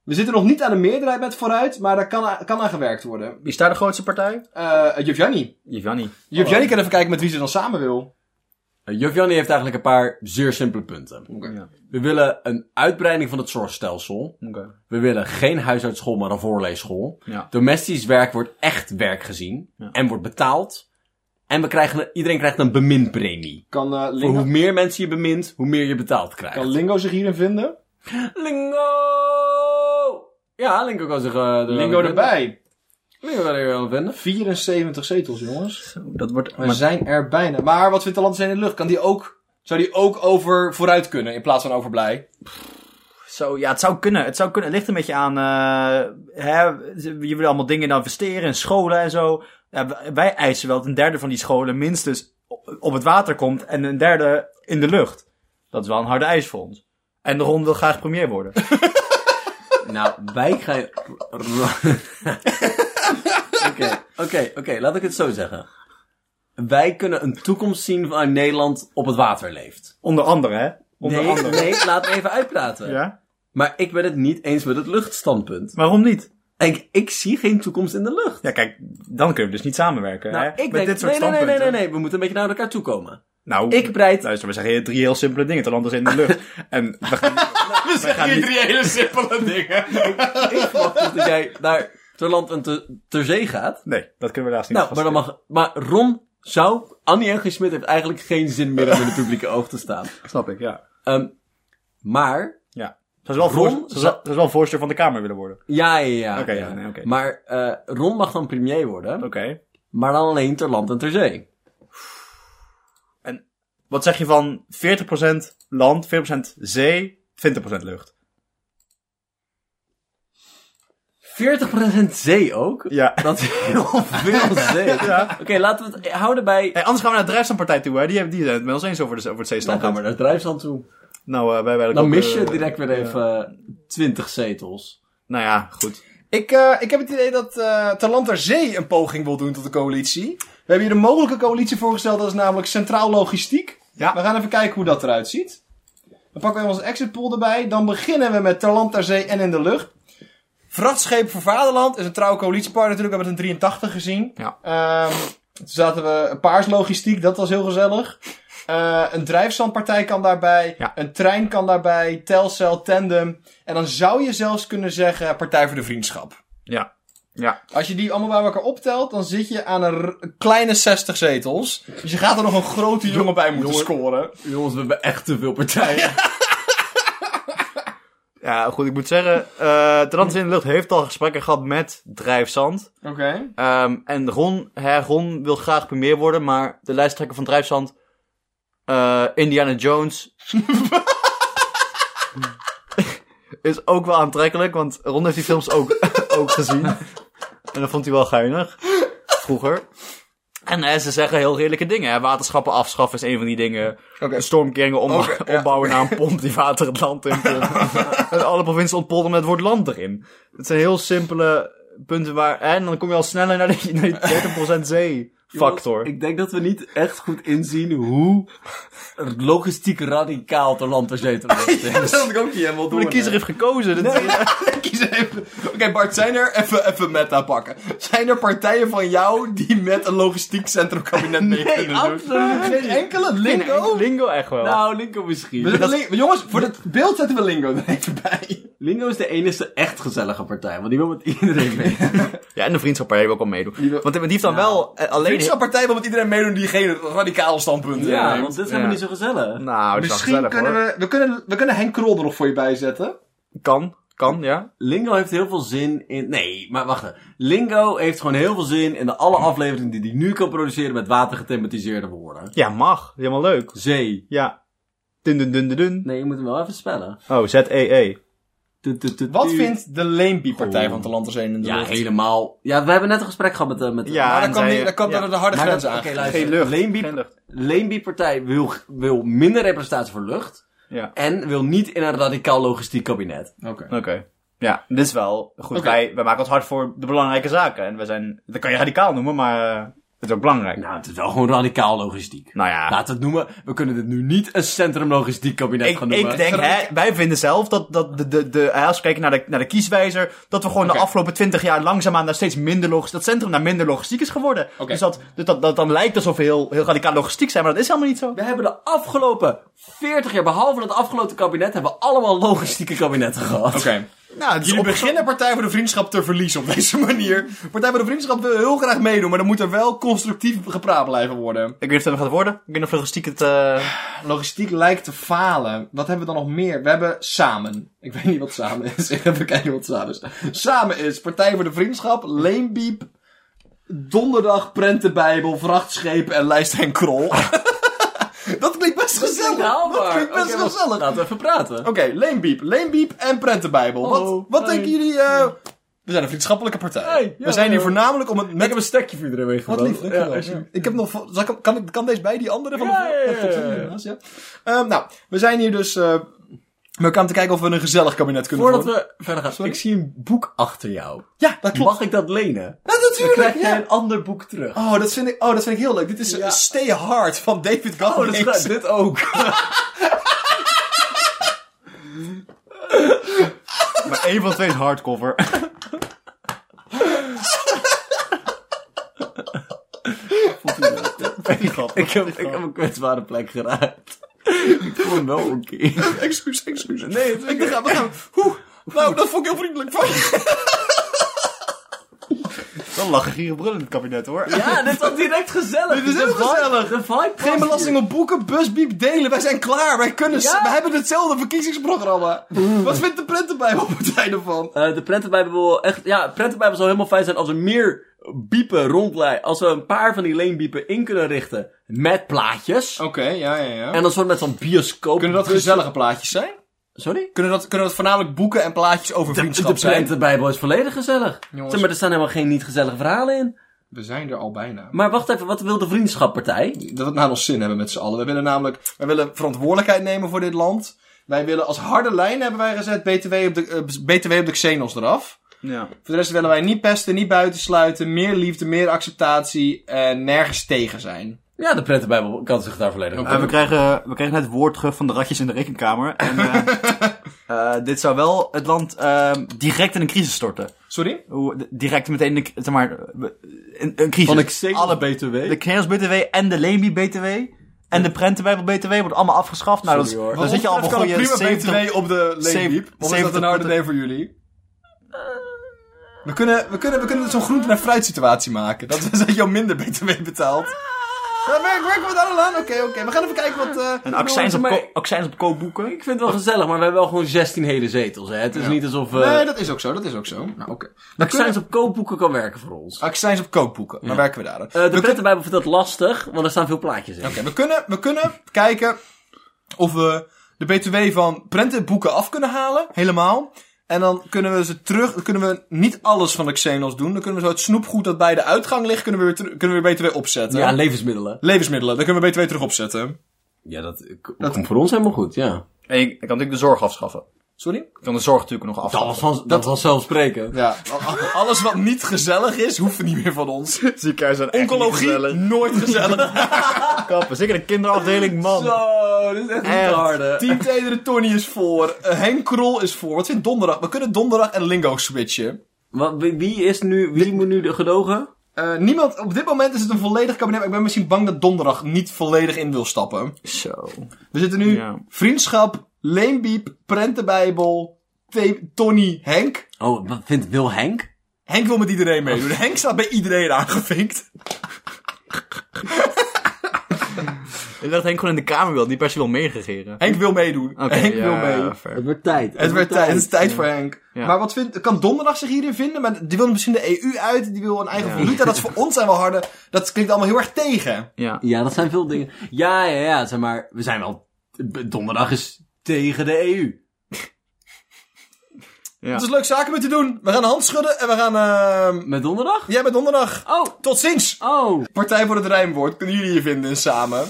We zitten nog niet aan de meerderheid met vooruit, maar daar kan, aan- kan aan gewerkt worden. Wie is daar de grootste partij? Eh Jufjani. Giovanni. Jufjani kan even kijken met wie ze dan samen wil. Juf Jannie Eh, heeft eigenlijk een paar zeer simpele punten. Ja. We willen een uitbreiding van het zorgstelsel. Oké. We willen geen huisartschool, maar een voorleesschool. Ja. Domestisch werk wordt echt werk gezien. Ja. En wordt betaald. En we krijgen, iedereen krijgt een beminpremie. Kan, eh, Voor Lingo, hoe meer mensen je bemint, hoe meer je betaald krijgt. kan Lingo zich hierin vinden? Lingo! Ja, Lingo kan zich... eh, er wel Lingo aan vinden. erbij. Lingo kan er wel aan vinden. 74 zetels, jongens. Zo, dat wordt... We maar- zijn er bijna. Maar wat vindt de land in de lucht? Kan die ook, zou die ook over vooruit kunnen in plaats van over blij? Zo, ja, het zou kunnen. Het zou kunnen. Het ligt een beetje aan. eh, hè, je wil allemaal dingen in investeren in scholen en zo. Ja, w- wij eisen wel dat een derde van die scholen minstens o- op het water komt en een derde in de lucht. Dat is wel een harde eis voor ons. En de Ron wil graag premier worden. Nou, wij gaan... Oké, oké, oké. Laat ik het zo zeggen. Wij kunnen een toekomst zien waarin Nederland op het water leeft. Onder andere, hè? Onder nee, andere. nee, laat me even uitpraten. Ja? Maar ik ben het niet eens met het luchtstandpunt. Waarom niet? Ik, ik zie geen toekomst in de lucht. Ja, kijk, dan kunnen we dus niet samenwerken. Nou, hè? ik Met denk, dit soort nee, nee, nee, nee, standpunten. nee, nee, we moeten een beetje naar elkaar toe komen. Nou, Ik breid luister, we zeggen hier drie heel simpele dingen. Het land is in de lucht. en we gaan, we gaan niet... drie hele simpele dingen. ik verwacht dus dat jij naar ter land en te, ter zee gaat. Nee, dat kunnen we helaas niet Nou, maar dan mag... Maar Ron zou... Annie en G. Smit heeft eigenlijk geen zin meer om in het publieke oog te staan. Snap ik, ja. Ehm, maar... Ja. Ze is wel, Ron- voorst- ze zou- ze zou wel voorzitter van de Kamer willen worden. Oké. Ja, ja, ja. Oké, ja. ja, nee, oké. Maar eh, Ron mag dan premier worden. Maar dan alleen ter land en ter zee. Wat zeg je van 40% land, 40% zee, 20% lucht? 40% zee ook? Ja. Dat is heel veel zee. Ja. Oké, laten we het houden bij... Hey, anders gaan we naar de Drijfstandpartij toe, hè? Die, hebben, die zijn het met ons eens over, de, over het Dan zeestand. gaan we naar het drijfstand toe. Nou, eh, wij hebben eigenlijk Dan ook, mis je eh, direct weer even eh, 20 zetels. Nou ja, goed. Ik, eh, ik heb het idee dat eh Terland ter Zee een poging wil doen tot de coalitie. We hebben hier een mogelijke coalitie voorgesteld, dat is namelijk Centraal Logistiek. Ja. We gaan even kijken hoe dat eruit ziet. Dan pakken we onze exit pool erbij. Dan beginnen we met Terland ter Zee en in de lucht. Vrachtschepen voor Vaderland is een trouwe coalitiepartner natuurlijk. We hebben het in 83 gezien. Ja. Ehm, toen zaten we Paars Logistiek, dat was heel gezellig. Eh, een drijfzandpartij kan daarbij. Ja. Een trein kan daarbij. Telcel, Tandem. En dan zou je zelfs kunnen zeggen Partij voor de Vriendschap. Ja. Ja. Als je die allemaal bij elkaar optelt, dan zit je aan een r- kleine 60 zetels. Dus je gaat er nog een grote jongen bij moeten scoren. Jongens, we hebben echt te veel partijen. Ja, goed, ik moet zeggen, eh de Land is in de Lucht heeft al gesprekken gehad met Drijfzand. Oké. Ehm, en Ron, hè, Ron wil graag premier worden, maar de lijsttrekker van Drijfzand, eh, Indiana Jones, is ook wel aantrekkelijk, want Ron heeft die films ook, ook gezien. En dat vond hij wel geinig, vroeger. En hè, ze zeggen heel redelijke dingen. Hè. Waterschappen afschaffen is een van die dingen. Oké. Stormkeringen omba- Oké, ja. ombouwen naar een pomp die water het land in pompt. en alle provincies ontpolderen met het woord land erin. Het zijn heel simpele punten waar... En dan kom je al sneller naar die, naar die 30% zee-factor. Ik denk dat we niet echt goed inzien hoe logistiek radicaal ter land ter zee te luchten Dat is. zal ik ook niet helemaal Maar door. de kiezer heeft gekozen. Dat is- hè. Kies even. Oké, Bart, zijn er. Even, even meta pakken. Zijn er partijen van jou die met een logistiek centrumkabinet mee kunnen doen? Absoluut. Geen enkele lingo? Lingo echt wel. Nou, Linko misschien. We zetten Lin- Jongens, voor het beeld zetten we lingo er even bij. Lingo is de enige echt gezellige partij, want die wil met iedereen mee. Ja, en de vriendschappartij wil ik ook meedoen. Want die heeft dan wel eh, alleen... Linkse partij wil met iedereen meedoen die geen radicaal standpunt ja, heeft. want dit is helemaal Ja. niet zo gezellig. Nou, dat is wel Misschien gezellig kunnen hoor. we, we kunnen, we kunnen Henk Krol er nog voor je bij zetten. Kan, kan, ja. Lingo heeft heel veel zin in. Nee, maar wacht. even. Lingo heeft gewoon heel veel zin in de alle afleveringen die hij nu kan produceren met watergethematiseerde woorden. Ja, mag. Helemaal leuk. Zee. Ja. Dun dun dun dun dun. Nee, je moet hem wel even spellen. Oh, Z-E-E. Tu, tu, tu, Wat tu. vindt de Oh. Leempie-partij Goh. van Talant als één in de Ja, lucht? helemaal. Ja, we hebben net een gesprek gehad met. eh, met Ja, Maar en Ah, daar kwam, zij- die- daar kwam ja. dan de harde Maar dat- grens oké, aan. luister. Geen lucht. Leenbie- Geen lucht. Leenbie-partij wil, wil minder representatie voor lucht. Ja. En wil niet in een radicaal logistiek kabinet. Oké. Ja, dit is wel goed. Wij, wij maken het hard voor de belangrijke zaken. En we zijn, dat kan je radicaal noemen, maar eh, het is ook belangrijk. Nou, het is wel gewoon radicaal logistiek. Nou ja, Laten we het noemen. We kunnen dit nu niet een centrum logistiek kabinet ik, gaan noemen. ik denk, hè, wij vinden zelf dat, dat de, de, de, als we kijken naar de, naar de kieswijzer, dat we gewoon de afgelopen twintig jaar langzaamaan naar steeds minder logistiek, dat centrum naar minder logistiek is geworden. Dus dat, dat, dat, dat dan lijkt alsof we heel, heel radicaal logistiek zijn, maar dat is helemaal niet zo. We hebben de afgelopen 40 jaar, behalve het afgelopen kabinet, hebben we allemaal logistieke kabinetten gehad. Oké. Nou, het is Jullie op- beginnen Partij voor de Vriendschap te verliezen op deze manier. Partij voor de Vriendschap wil heel graag meedoen, maar dan moet er wel constructief gepraat blijven worden. Ik weet niet of het hem gaat worden. Ik weet niet of logistiek het, eh, Logistiek lijkt te falen. Wat hebben we dan nog meer? We hebben Samen. Ik weet niet wat Samen is. Even kijken wat Samen is. Samen is Partij voor de Vriendschap, Leenbiep, Donderdag, Prentenbijbel, Vrachtschepen en Lijst en Krol. dat klinkt best gezellig. Dat klinkt best Oké, wacht. gezellig. Laten we even praten. Oké, Leenbiep, Leenbiep en Prentenbijbel. Wat, Hallo, wat hi. denken jullie... eh, we zijn een vriendschappelijke partij. Hey, ja, we zijn hier eh, voornamelijk om het... Ik Met... heb een stekje voor iedereen Wat meegenomen. lief, dankjewel. Ja, alsjeblieft. Ik heb nog... vo- zal ik- Kan, ik- kan deze bij die andere van de Oh, Ja, ja, vorige- ja, Dat klopt, ja, ja. helaas, ja. Ehm, nou, we zijn hier dus... eh we gaan te kijken of we een gezellig kabinet kunnen Voordat vormen. we verder gaan, ik zie een boek achter jou. Ja, dat klopt. Mag ik dat lenen? Ja, Dan krijg natuurlijk, je ja. een ander boek terug. Oh dat, vind ik, oh, dat vind ik heel leuk. Dit is eh, Ja. Stay Hard van David Oh, dat Goggins. gaat dit ook. maar één van de twee is hardcover. ik, heb, ik heb een kwetsbare plek geraakt. ik voel me wel oké. excuus, excuus. Nee, het is Ik dacht, we gaan... Oeh, nou, dat vond ik heel vriendelijk van je. Dan lachen gieren brullen in het kabinet hoor. Ja, dit was direct gezellig. Dit is heel De vibe- gezellig. De vibe Geen belasting op boeken, busbiep, delen. Wij zijn klaar. Wij kunnen, Ja. we hebben hetzelfde verkiezingsprogramma. Wat vindt de Prentenbijbelpartij ervan? Eh, de prentenbijbel echt, ja, prentenbijbel zou helemaal fijn zijn als er meer biepen rondlijn, als we een paar van die leenbiepen in kunnen richten met plaatjes. Oké, ja, ja, ja. En dan soort met zo'n bioscoop. Oh. Kunnen dat bus- gezellige plaatjes zijn? Sorry? Kunnen dat, kunnen dat voornamelijk boeken en plaatjes over De vriendschap zijn? prentenbijbel is volledig gezellig. Jongens. Zeg maar, er staan helemaal geen niet gezellige verhalen in. We zijn er al bijna. Maar wacht even, wat wil de vriendschappartij? Dat we het naar ons zin hebben met z'n allen. We willen namelijk wij willen verantwoordelijkheid nemen voor dit land. Wij willen als harde lijn hebben wij gezet BTW op de, eh, BTW op de Xenos eraf. Ja. Voor de rest willen wij niet pesten, niet buitensluiten. Meer liefde, meer acceptatie en nergens tegen zijn. Ja, de prentenbijbel kan zich daar volledig Oké. aan. Eh, we, krijgen, we krijgen net het woord terug van de ratjes in de rekenkamer. En, eh, eh, dit zou wel het land eh, direct in een crisis storten. Sorry? Hoe- d- Direct meteen een, zeg maar, eh, een, een crisis. Alle- BTW. de Kreos BTW en de Lemi BTW. En de Prentenbijbel BTW wordt allemaal afgeschaft. Nou, dat is- Sorry, hoor. dan zit je al op een goede prima 70 BTW op de leendiep. Of is dat een 70 harde nee voor jullie? We kunnen, we kunnen, we kunnen zo'n groente- en fruitsituatie maken. Dat, is dat je al minder BTW betaalt. Ja, werk, werken we daar al aan? Oké, oké. We gaan even kijken wat... eh, En accijns op, Maar- ko- accijns op koopboeken. Ik vind het wel gezellig, maar we hebben wel gewoon 16 hele zetels. Hè? Het is niet alsof eh Nee, dat is ook zo, dat is ook zo. Nou, oké. dat accijns op koopboeken kan werken voor ons. Accijns op kookboeken. Dan werken we daar aan. Eh, de prentenbijbel vindt dat lastig, want er staan veel plaatjes in. Oké, we, kunnen, we kunnen kijken of we de BTW van prentenboeken af kunnen halen. Helemaal. En dan kunnen we ze terug. Dan kunnen we niet alles van de Xenos doen. Dan kunnen we zo het snoepgoed dat bij de uitgang ligt. kunnen we weer, teru- kunnen we weer BTW opzetten. Ja, levensmiddelen. Levensmiddelen, daar kunnen we BTW terug opzetten. Ja, dat, dat komt voor ons helemaal goed, ja. En je, je kan natuurlijk de zorg afschaffen. Sorry? Je kan de zorg natuurlijk nog afschaffen. van, dat was zelfsprekend. Ja. a- Alles wat niet gezellig is, hoeft niet meer van ons. Ziekenhuis en Oncologie, nooit gezellig. Kappen. Zeker de kinderafdeling, man. Zo, dit is echt, Echt. niet te harde. Team Tedere Tony is voor. eh, Henk Krol is voor. Wat vindt donderdag? We kunnen donderdag en lingo switchen. Wat- wie- wie is nu, wie moet nu de gedogen? Eh, niemand, op dit moment is het een volledig kabinet. maar Ik ben misschien bang dat donderdag niet volledig in wil stappen. Zo. We zitten nu Ja. vriendschap, leenbiep, prentenbijbel, Te- Tony Henk. Oh, wat vindt Wil Henk? Henk wil met iedereen meedoen. Henk staat bij iedereen aangevinkt. Ik dacht Henk gewoon in de kamer wil, niet per se wil meeregeren. Henk wil meedoen. Oké, Henk ja, wil mee. ja, fair. Het wordt tijd. Het werd tijd. Het is tijd voor Henk. Ja. Maar wat vindt, kan Donderdag zich hierin vinden? Maar die wil misschien de EU uit, die wil een eigen valuta. Dat is voor ons zijn wel harde. Dat klinkt allemaal heel erg tegen. Ja. Ja, dat zijn veel dingen. Ja, ja, ja, zeg maar, we zijn wel... Donderdag is tegen de E EU. Ja. Het Dus- is leuk zaken met te doen. We gaan de hand schudden en we gaan. ehm Met donderdag? Jij bent Donderdag. Oh, Tot ziens. oh. Partij voor het Rijmwoord. Kunnen jullie je vinden in samen?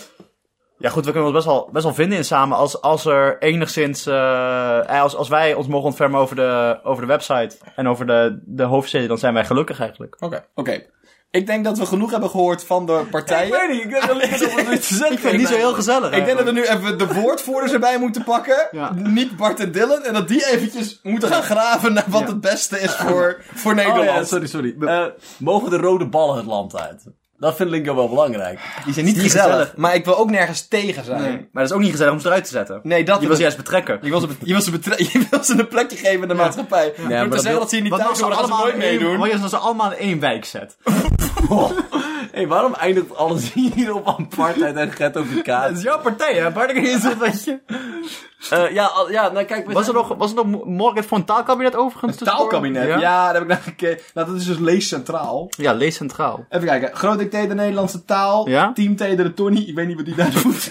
Ja, goed, we kunnen ons best wel, best wel vinden in samen als, als er enigszins. eh, eh, als, als wij ons mogen ontfermen over de, over de website en over de, de hoofdsteden, dan zijn wij gelukkig eigenlijk. Oké. Oké. Ik denk dat we genoeg hebben gehoord van de partijen. Ik weet niet, ik heb er niks op het te zeggen. Ik vind het niet zo heel gezellig. Ik denk dat we nu even de woordvoerders erbij moeten pakken. Ja. Niet Bart en Dylan. En dat die eventjes moeten gaan graven naar wat Ja. het beste is voor, voor Oh Nederland. ja, sorry, sorry. Eh, mogen de rode ballen het land uit? Dat vind ik wel belangrijk. Die zijn niet gezellig, Maar ik wil ook nergens tegen zijn. Nee. Nee, Maar dat is ook niet gezellig om ze eruit te zetten. dat Je wil ze juist betrekken. je wil ze, je wil ze, betre- je wil ze een plekje geven in de maatschappij. Door maar te dat zeggen wil- dat ze hier niet thuis horen, dat ze nooit in één- meedoen. Wat als ze allemaal in één wijk zet? Hé, waarom eindigt alles hier op apartheid en Dat ghettoficatie? is jouw partij, hè? Partij is het, weet je. Eh ja, al- ja, nou kijk... we Was er zijn- nog, was er nog mo- morgen voor een taalkabinet overigens? tussendoor? Taalkabinet. Ja, Ja, daar heb ik naar gekeken. Nou, dat is dus lees centraal. ja lees centraal. Even kijken. Groot dictator de Nederlandse taal. Ja? Team de Tony. Ik weet niet wat die daar doet.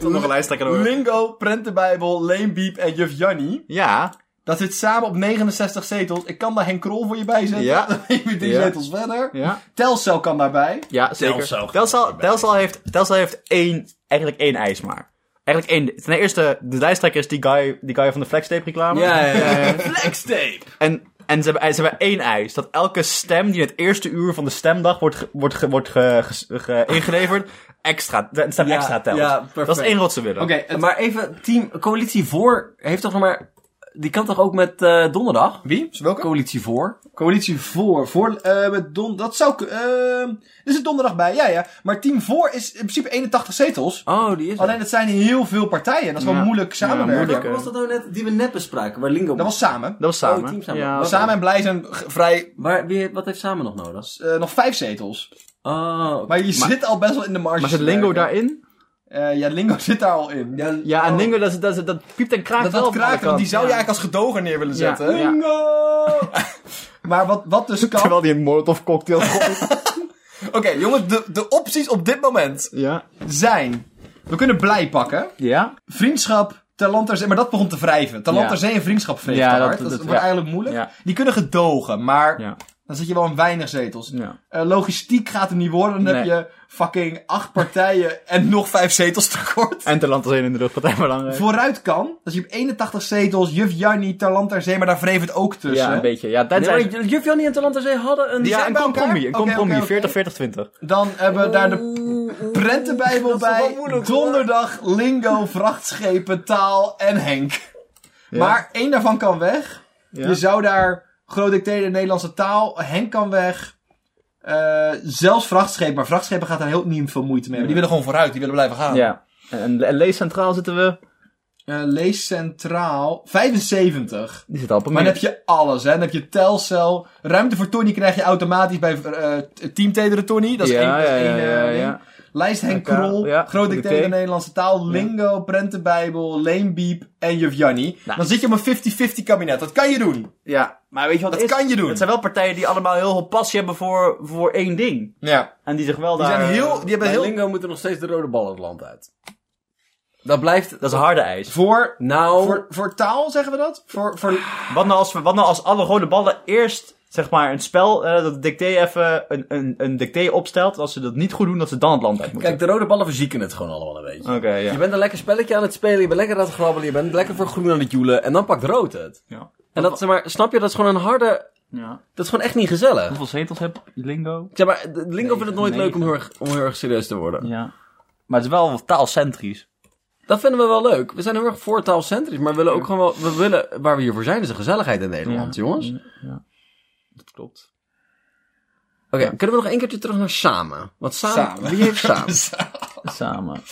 Tot nog een lijsttrekker Lingo, Prentenbijbel, Leenbiep en Juf Jannie. Ja, Dat zit samen op 69 zetels. Ik kan daar Henk Krol voor je bij zetten. Ja. Dan ben je weer drie Ja. zetels verder. ja. Telcel kan daarbij. Ja, zeker. Telcel. Telsal, Telsal, heeft, Telsal heeft één, eigenlijk één eis maar. Eigenlijk één. Ten eerste, de lijsttrekker is die guy, die guy van de flextape reclame. Ja, ja, ja. ja. Flextape. En, en ze, hebben, ze hebben één eis. Dat elke stem die in het eerste uur van de stemdag wordt, ge- wordt, ge- wordt ge- ge- ge- ingeleverd, extra, de stem Ja, extra telt. ja, perfect. dat is het enige wat ze willen. Oké, het- Eh, Maar even, team, coalitie voor heeft toch nog maar... Die kan toch ook met eh, donderdag? wie? Welke? Coalitie voor? Coalitie voor. voor eh, met don dat zou. k- ehm, er zit donderdag bij, ja, ja. Maar team voor is in principe 81 zetels. Oh, die is er. Alleen het zijn heel veel partijen. Dat is wel Ja. moeilijk samenwerken. Ja, moeilijk, Welke hè. was dat nou net die we net bespraken? Waar Lingo... Dat was samen. Dat was samen. Oh, team samen. Ja, Was- Samen en blij zijn g- vrij. Waar, wie, wat heeft samen nog nodig? eh, nog vijf zetels. Oh, oké. Maar je Maar- zit al best wel in de marge. maar zit Lingo werken. daarin? Eh, ja, Lingo zit daar al in. Ja, Ja, en oh. Lingo, dat, is- dat, is- dat piept en kraakt dat wel dat op alle kraakt, want die kanten. zou je Ja. eigenlijk als gedoger neer willen zetten. Ja. Maar wat, wat dus kan. Terwijl die een molotov cocktail gooit. Oké, jongens, de, de opties op dit moment ja. zijn. We kunnen blij pakken. Ja. Vriendschap, talent ter zee. Maar dat begon te wrijven. Talent Ja. ter zee en vriendschap wreef te Ja, dat- hard. Dat, dat- wordt ja. eigenlijk moeilijk. Ja. Die kunnen gedogen, maar Ja. dan zit je wel in weinig zetels. Ja. Eh, logistiek gaat er niet worden. Dan heb Nee. je fucking acht partijen en nog vijf zetels tekort. En Terland als één in de luchtpartij belangrijk. Vooruit kan. Dat je op 81 zetels. Juf Janni, Talent ter zee, maar daar wreef het ook tussen. Ja, een beetje. Ja, dat Nee, zijn... maar Juf Jannie en Talanta Zee hadden een... Die ja, zijn een bij elkaar? compromis. Een Oké, compromis. oké, oké. 40, 40, 20. Dan hebben we daar de prentenbijbel bij. Donderdag, lingo, vrachtschepen, taal en Henk. Maar één daarvan kan weg. Je zou daar groot dicteren de Nederlandse taal. Henk kan weg. Eh, zelfs vrachtschepen. Maar vrachtschepen gaat daar heel niet veel moeite mee hebben. Die willen gewoon vooruit. Die willen blijven gaan. Ja. En, en Lees Centraal zitten we. Eh, lees centraal. 75. Die zit al op een Maar dan minuut. heb je alles, hè? Dan heb je telcel. Ruimte voor Tony krijg je automatisch bij eh Team Tedere Tony. Dat is Ja, één, dat is ja, één, ja, eh, ja, ding. ja. Lijst Henk Elkaar, Krol, ja, Groot de Dictator thee. Nederlandse Taal, Lingo, Prentenbijbel, Leenbiep en Juf Jannie. Dan zit je op een 50-50 kabinet. Dat kan je doen. Ja. Maar weet je wat Dat het is? kan je doen. Het zijn wel partijen die allemaal heel veel passie hebben voor, voor één ding. Ja. En die zich wel Die, daar... zijn heel, die hebben Bij heel... Lingo moeten nog steeds de rode ballen het land uit. Dat blijft... Dat is een harde eis. Voor, Oh. Nou... voor, voor taal zeggen we dat? Voor, voor... Wat nou als, we- wat nou als alle rode ballen eerst... Zeg maar een spel eh, dat de dicté even een, een, een dicté opstelt. En Als ze dat niet goed doen, dat ze dan het land uit moeten. Kijk, de rode ballen verzieken het gewoon allemaal een beetje. Oké, ja. Je bent een lekker spelletje aan het spelen, je bent lekker aan het grabbelen, je bent lekker voor groen aan het joelen, en dan pakt rood het. Ja. En dat, zeg maar, snap je, dat is gewoon een harde... ja. Dat is gewoon echt niet gezellig. Hoeveel zetels heb Lingo? Ik Zeg maar, de- Lingo vindt het nooit Negen. leuk om heel, erg, om heel erg serieus te worden. Ja. Maar het is wel taalcentrisch. Dat vinden we wel leuk. We zijn heel erg voor taalcentrisch, maar we willen ook gewoon wel... We willen, waar we hier voor zijn, is de gezelligheid in Nederland, jongens. Dat klopt. Oké, kunnen we nog één keertje terug naar samen? Want samen, Samen. wie heeft samen? Samen.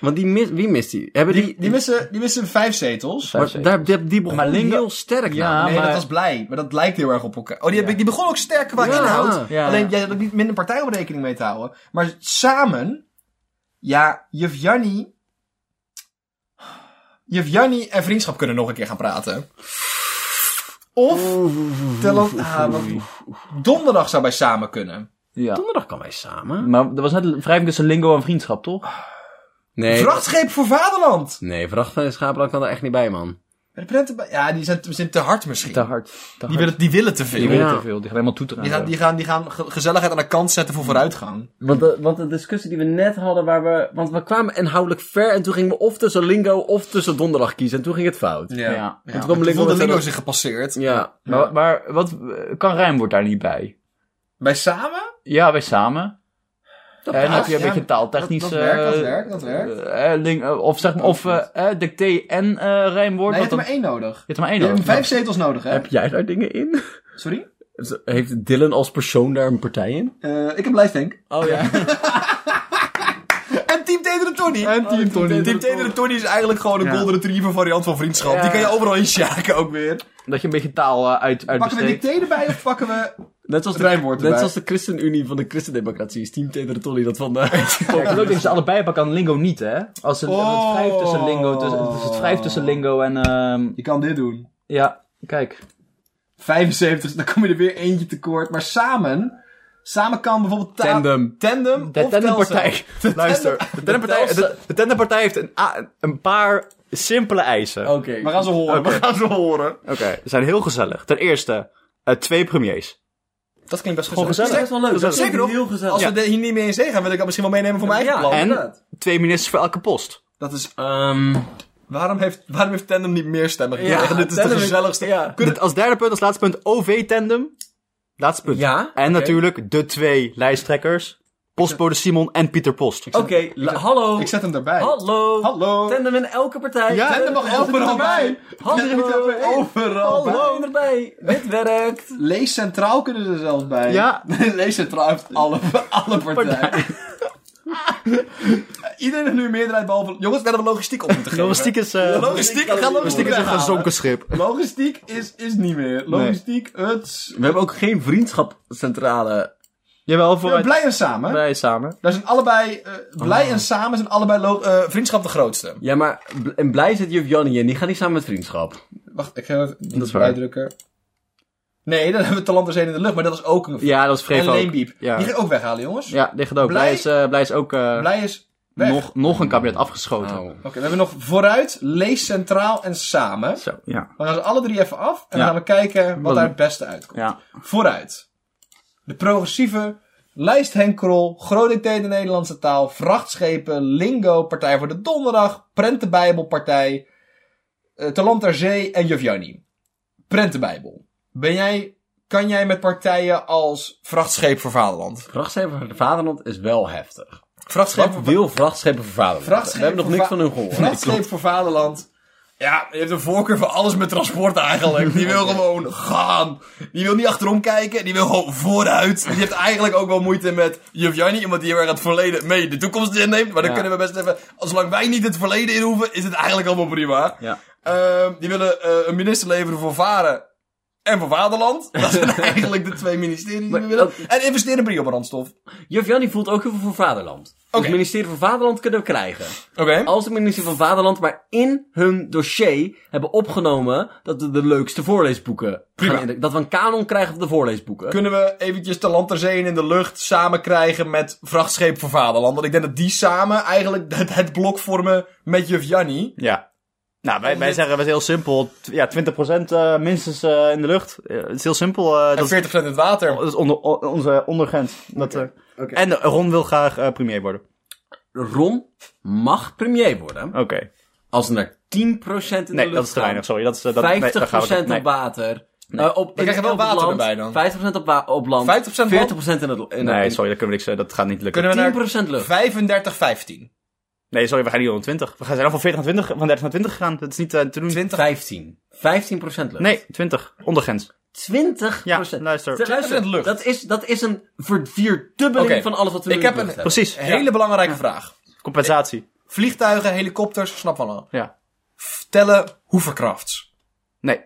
Want die mis, wie mist die? Hebben die, Die, die, missen, die missen vijf zetels. maar daar, die, die begon Maar Lingo- heel sterk Ja, namelijk. nee, maar- dat was blij. Maar dat lijkt heel erg op elkaar. Oh, die, heb ik- die begon ook sterk qua Ja. inhoud. Ja. Alleen, jij had ook niet minder partij om rekening mee te houden. Maar samen... Ja, juf Janni... Juf Janni en vriendschap kunnen nog een keer gaan praten. Of... Telo- ah, wat- donderdag zou bij samen kunnen. Ja. Donderdag kan wij samen. Maar er was net een wrijving tussen lingo en vriendschap, toch? Ah, Nee, Vrachtscheep voor Vaderland! nee vracht en schapenland kan er echt niet bij, man. Bij de prenten- Ja, die zijn, die zijn te hard misschien. Te hard. Te Die, hard. willen, die willen te Die veel. willen Ja. te veel. Die gaan helemaal Die gaan, toeteren. die, gaan, die gaan ge- gezelligheid aan de kant zetten Mm. voor vooruitgang. Want de, want de discussie die we net hadden, waar we, want we kwamen inhoudelijk ver en toen gingen we of tussen Lingo of tussen Donderdag kiezen en toen ging het fout. Ja, Ja. Ja. toen kwam Lingo voelde met Lingo een- zich gepasseerd. Maar, maar wat, kan Rijnwoord daar niet bij? Bij samen? Ja, wij samen. dat En dan heb past. je een ja, beetje taaltechnisch... dat, dat werkt, dat eh, werkt, dat werkt. eh, eh, link- eh, of zeg maar, of eh eh, dicté en eh rijmwoord. nee, je want hebt er dan- maar één nodig. je hebt er maar één Je hebt nodig. vijf zetels nodig, hè? Heb jij daar dingen in? Sorry? Dus, Heeft Dylan als persoon daar een partij in? Eh, ik heb lijstdenk. Oh ja. En Team Tedere Tony. En Team Tony. Team Tedere Tony is eigenlijk gewoon een golden retriever variant van vriendschap. Die kan je overal in sjaken ook weer. Dat je een beetje taal eh, uit, Pakken we uitbesteedt. dicté erbij of pakken we... Net als, Het rijmwoord de, net erbij. zoals de ChristenUnie van de Christendemocratie is Team Tedertolli dat van de... Ja, ik geloof dat je ze allebei pakken aan lingo niet, hè? Als het, als het wrijft tussen lingo, tussen, dus het wrijft tussen lingo en... ehm, Je kan dit doen. ja, kijk. 75, dan kom je er weer eentje tekort. Maar samen... Samen kan bijvoorbeeld... ta- Tandem. Tandem De of Telstra. tandempartij. Luister, de tandempartij, de, de tandempartij heeft een, a- een paar simpele eisen. Oké. We gaan ze horen. We gaan ze horen. Oké, ze zijn heel gezellig. Ten eerste, eh, twee premiers. Dat klinkt best Gewoon gezellig. wel leuk. Dat is Zeker nog, heel gezellig. Als Ja. we dit hier niet mee in zee gaan, wil ik dat misschien wel meenemen voor mijn Ja, eigen plan. En inderdaad. twee ministers voor elke post. Dat is, Ehm, waarom, heeft, waarom heeft Tandem niet meer stemmen gekregen? Ja, dit is Tandem- de gezelligste. ja. Kunnen- Dit als derde punt, als laatste punt, OV-tandem. Laatste punt. Ja, en oké. natuurlijk de twee lijsttrekkers. Postbode Simon en Pieter Post. Oké, la- hallo. Ik zet hem erbij. Hallo. Hallo. Tandem in elke partij. Ja, Tandem mag overal bij. Tandem mag Hallo. Overal bij. Hallo erbij. Dit werkt. Lees Centraal kunnen ze er zelfs bij. Ja. Lees Centraal heeft alle, alle partijen. Iedereen heeft nu een meerderheid behalve... Jongens, daar hebben we logistiek op moeten geven. Logistiek is, eh, Logistiek, ga logistiek logistiek is een weghalen. gezonken schip. Logistiek is, is niet meer. Logistiek, het... We hebben ook geen vriendschapcentrale Jawel, We vooruit. Oh. blij en samen. Wij samen. Daar zijn allebei, eh, blij en samen zijn allebei lo- eh, vriendschap de grootste. Ja, maar bl- en blij zit juf Jannie in. Die gaat niet samen met vriendschap. Wacht, ik ga even Dat is waar. bijdrukken. Nee, dan hebben we Talant dus één in de lucht, maar dat is ook een... Ja, dat is en vreemd ook. Leenbiep. Ja. Die ga ik ook weghalen, jongens. Ja, die gaat ook. Blij- Blij, is, eh, blij is ook eh, Blij is weg. Oké, nog, nog een kabinet afgeschoten. Oh. we hebben nog vooruit, lees centraal en samen. Zo, ja. We gaan ze alle drie even af en Ja. dan gaan we kijken wat Wat- daar het beste uitkomt. ja. Vooruit. De progressieve, lijst Henkrol, Groot de Nederlandse taal, vrachtschepen, lingo, Partij voor de Donderdag, Prentenbijbelpartij, eh Talant ter Zee en Juf Jannie. Prentenbijbel. Ben jij, kan jij met partijen als vrachtscheep voor Vaderland? Vrachtschepen voor Vaderland is wel heftig. Vrachtscheep Wat voor wil vrachtschepen voor Vaderland? Vrachtschepen We hebben nog voor niks Va- van hun gehoord. Vrachtscheep voor Vaderland. Ja, je hebt een voorkeur voor alles met transport eigenlijk. Die wil gewoon gaan. Die wil niet achterom kijken, die wil gewoon vooruit. Die heeft eigenlijk ook wel moeite met Juf Jannie, iemand die heel erg het verleden mee de toekomst inneemt. Maar dan Ja. kunnen we best even, zolang wij niet het verleden in hoeven, is het eigenlijk allemaal prima. Ja. Ehm, die willen eh, een minister leveren voor varen en voor vaderland. Dat zijn eigenlijk de twee ministeries die we willen. dat- En investeren in biobrandstof. Oké. Juf Jannie voelt ook heel veel voor Vaderland. Dus Oké. Het ministerie van Vaderland kunnen we krijgen. Als het ministerie van Vaderland maar in hun dossier hebben opgenomen dat we de leukste voorleesboeken. Prima. gaan in- Dat we een kanon krijgen op de voorleesboeken. Kunnen we eventjes de land ter zee en in de lucht samen krijgen met Vrachtscheep voor Vaderland? Want ik denk dat die samen eigenlijk het, het blok vormen met juf Jannie. Ja. Nou, wij, wij zeggen, wij zijn heel simpel. T- Ja, 20% eh, minstens eh, in de lucht. Eh, het is heel simpel. eh, En dat, is, 40% in het water. dat is onder, o- onze ondergrens. Dat, eh, En eh, Ron wil graag eh, premier worden. Ron mag premier worden. Oké. Als er naar 10% in de Nee, lucht dat is te gaan. weinig. Sorry, dat is... eh, dat, 50% nee, daar gaan we het- op nee. water. Eh, op, Dan krijg je wel op water land, erbij dan. 50% op, wa- op land. 50% 40% in het in Nee, in- sorry, dat kunnen we niks... eh, dat gaat niet lukken. Kunnen we naar 10% lucht. 35, 15. Nee, sorry, we gaan niet onder 20. We gaan zijn al van 40 naar 20, van 30 naar 20 gegaan. Dat is niet eh, te doen. 15. 15% lucht. Nee, 20. Ondergrens. 20%. Ja, luister. Ter- 20% lucht. Dat is, dat is een verdviertubbeling Oké. van alles wat we Ik nu heb in de lucht een- hebben. Precies. Hele belangrijke vraag. Compensatie. Vliegtuigen, helikopters, snap wel aan. Ja. Vertellen hoeverkrafts. Oh, Nee,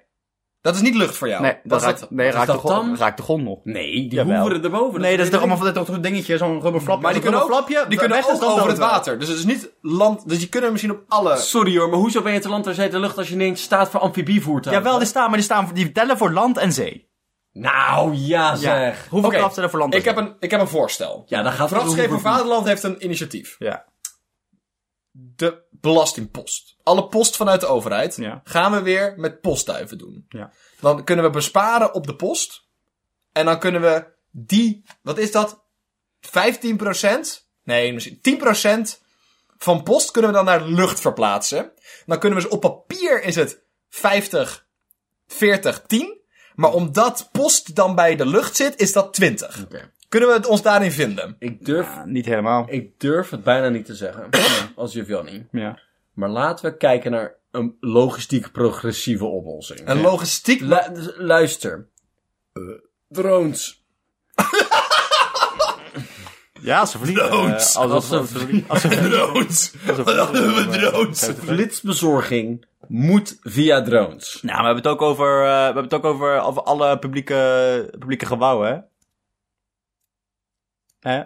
dat is niet lucht voor jou. nee, dat raakt, nee, raakt, de dat dan? grond, raakt de grond nog. Nee, die Jawel. hoeveren erboven. Nee, dat is toch geen allemaal van dat toch zo'n dingetje, zo'n rubberflapje. Maar die Zo'n kunnen ook, rubberflapje, die kunnen weg is ook dan over dat het wel. water. Dus het is niet land. Dus die kunnen misschien op alle. ding. Sorry hoor, maar hoezo ben je te land ter zee de lucht als je ineens staat voor amfibievoertuigen? Jawel, die staan, maar die, staan, die tellen voor land en zee. Nou, ja zeg. Ja, Hoeveel Oké, krachten er voor land en Ik heb zee? een, ik heb een voorstel. dan gaat het Vrachtschepen voor over- Vaderland heeft een initiatief. Ja. De belastingpost. Alle post vanuit de overheid Ja. gaan we weer met postduiven doen. Ja. Dan kunnen we besparen op de post. En dan kunnen we die, wat is dat? 15%? Nee, misschien 10% van post kunnen we dan naar lucht verplaatsen. Dan kunnen we ze op papier is het 50, 40, 10. Maar omdat post dan bij de lucht zit, is dat 20. Oké. Kunnen we het ons daarin vinden? Ik durf, Ah, niet helemaal. ik durf het bijna niet te zeggen. als Giovanni. Ja. Maar laten we kijken naar een logistiek progressieve oplossing. Een logistiek. Lu- dus luister. Eh, drones. Ja, ze verliezen. Drones. eh, als- als- Als ze als- als ze Drones. Wat hadden we drones? Flitsbezorging moet via drones. Nou, we hebben het ook over, eh, we hebben het ook over, over alle publieke, publieke gebouwen, hè? hè?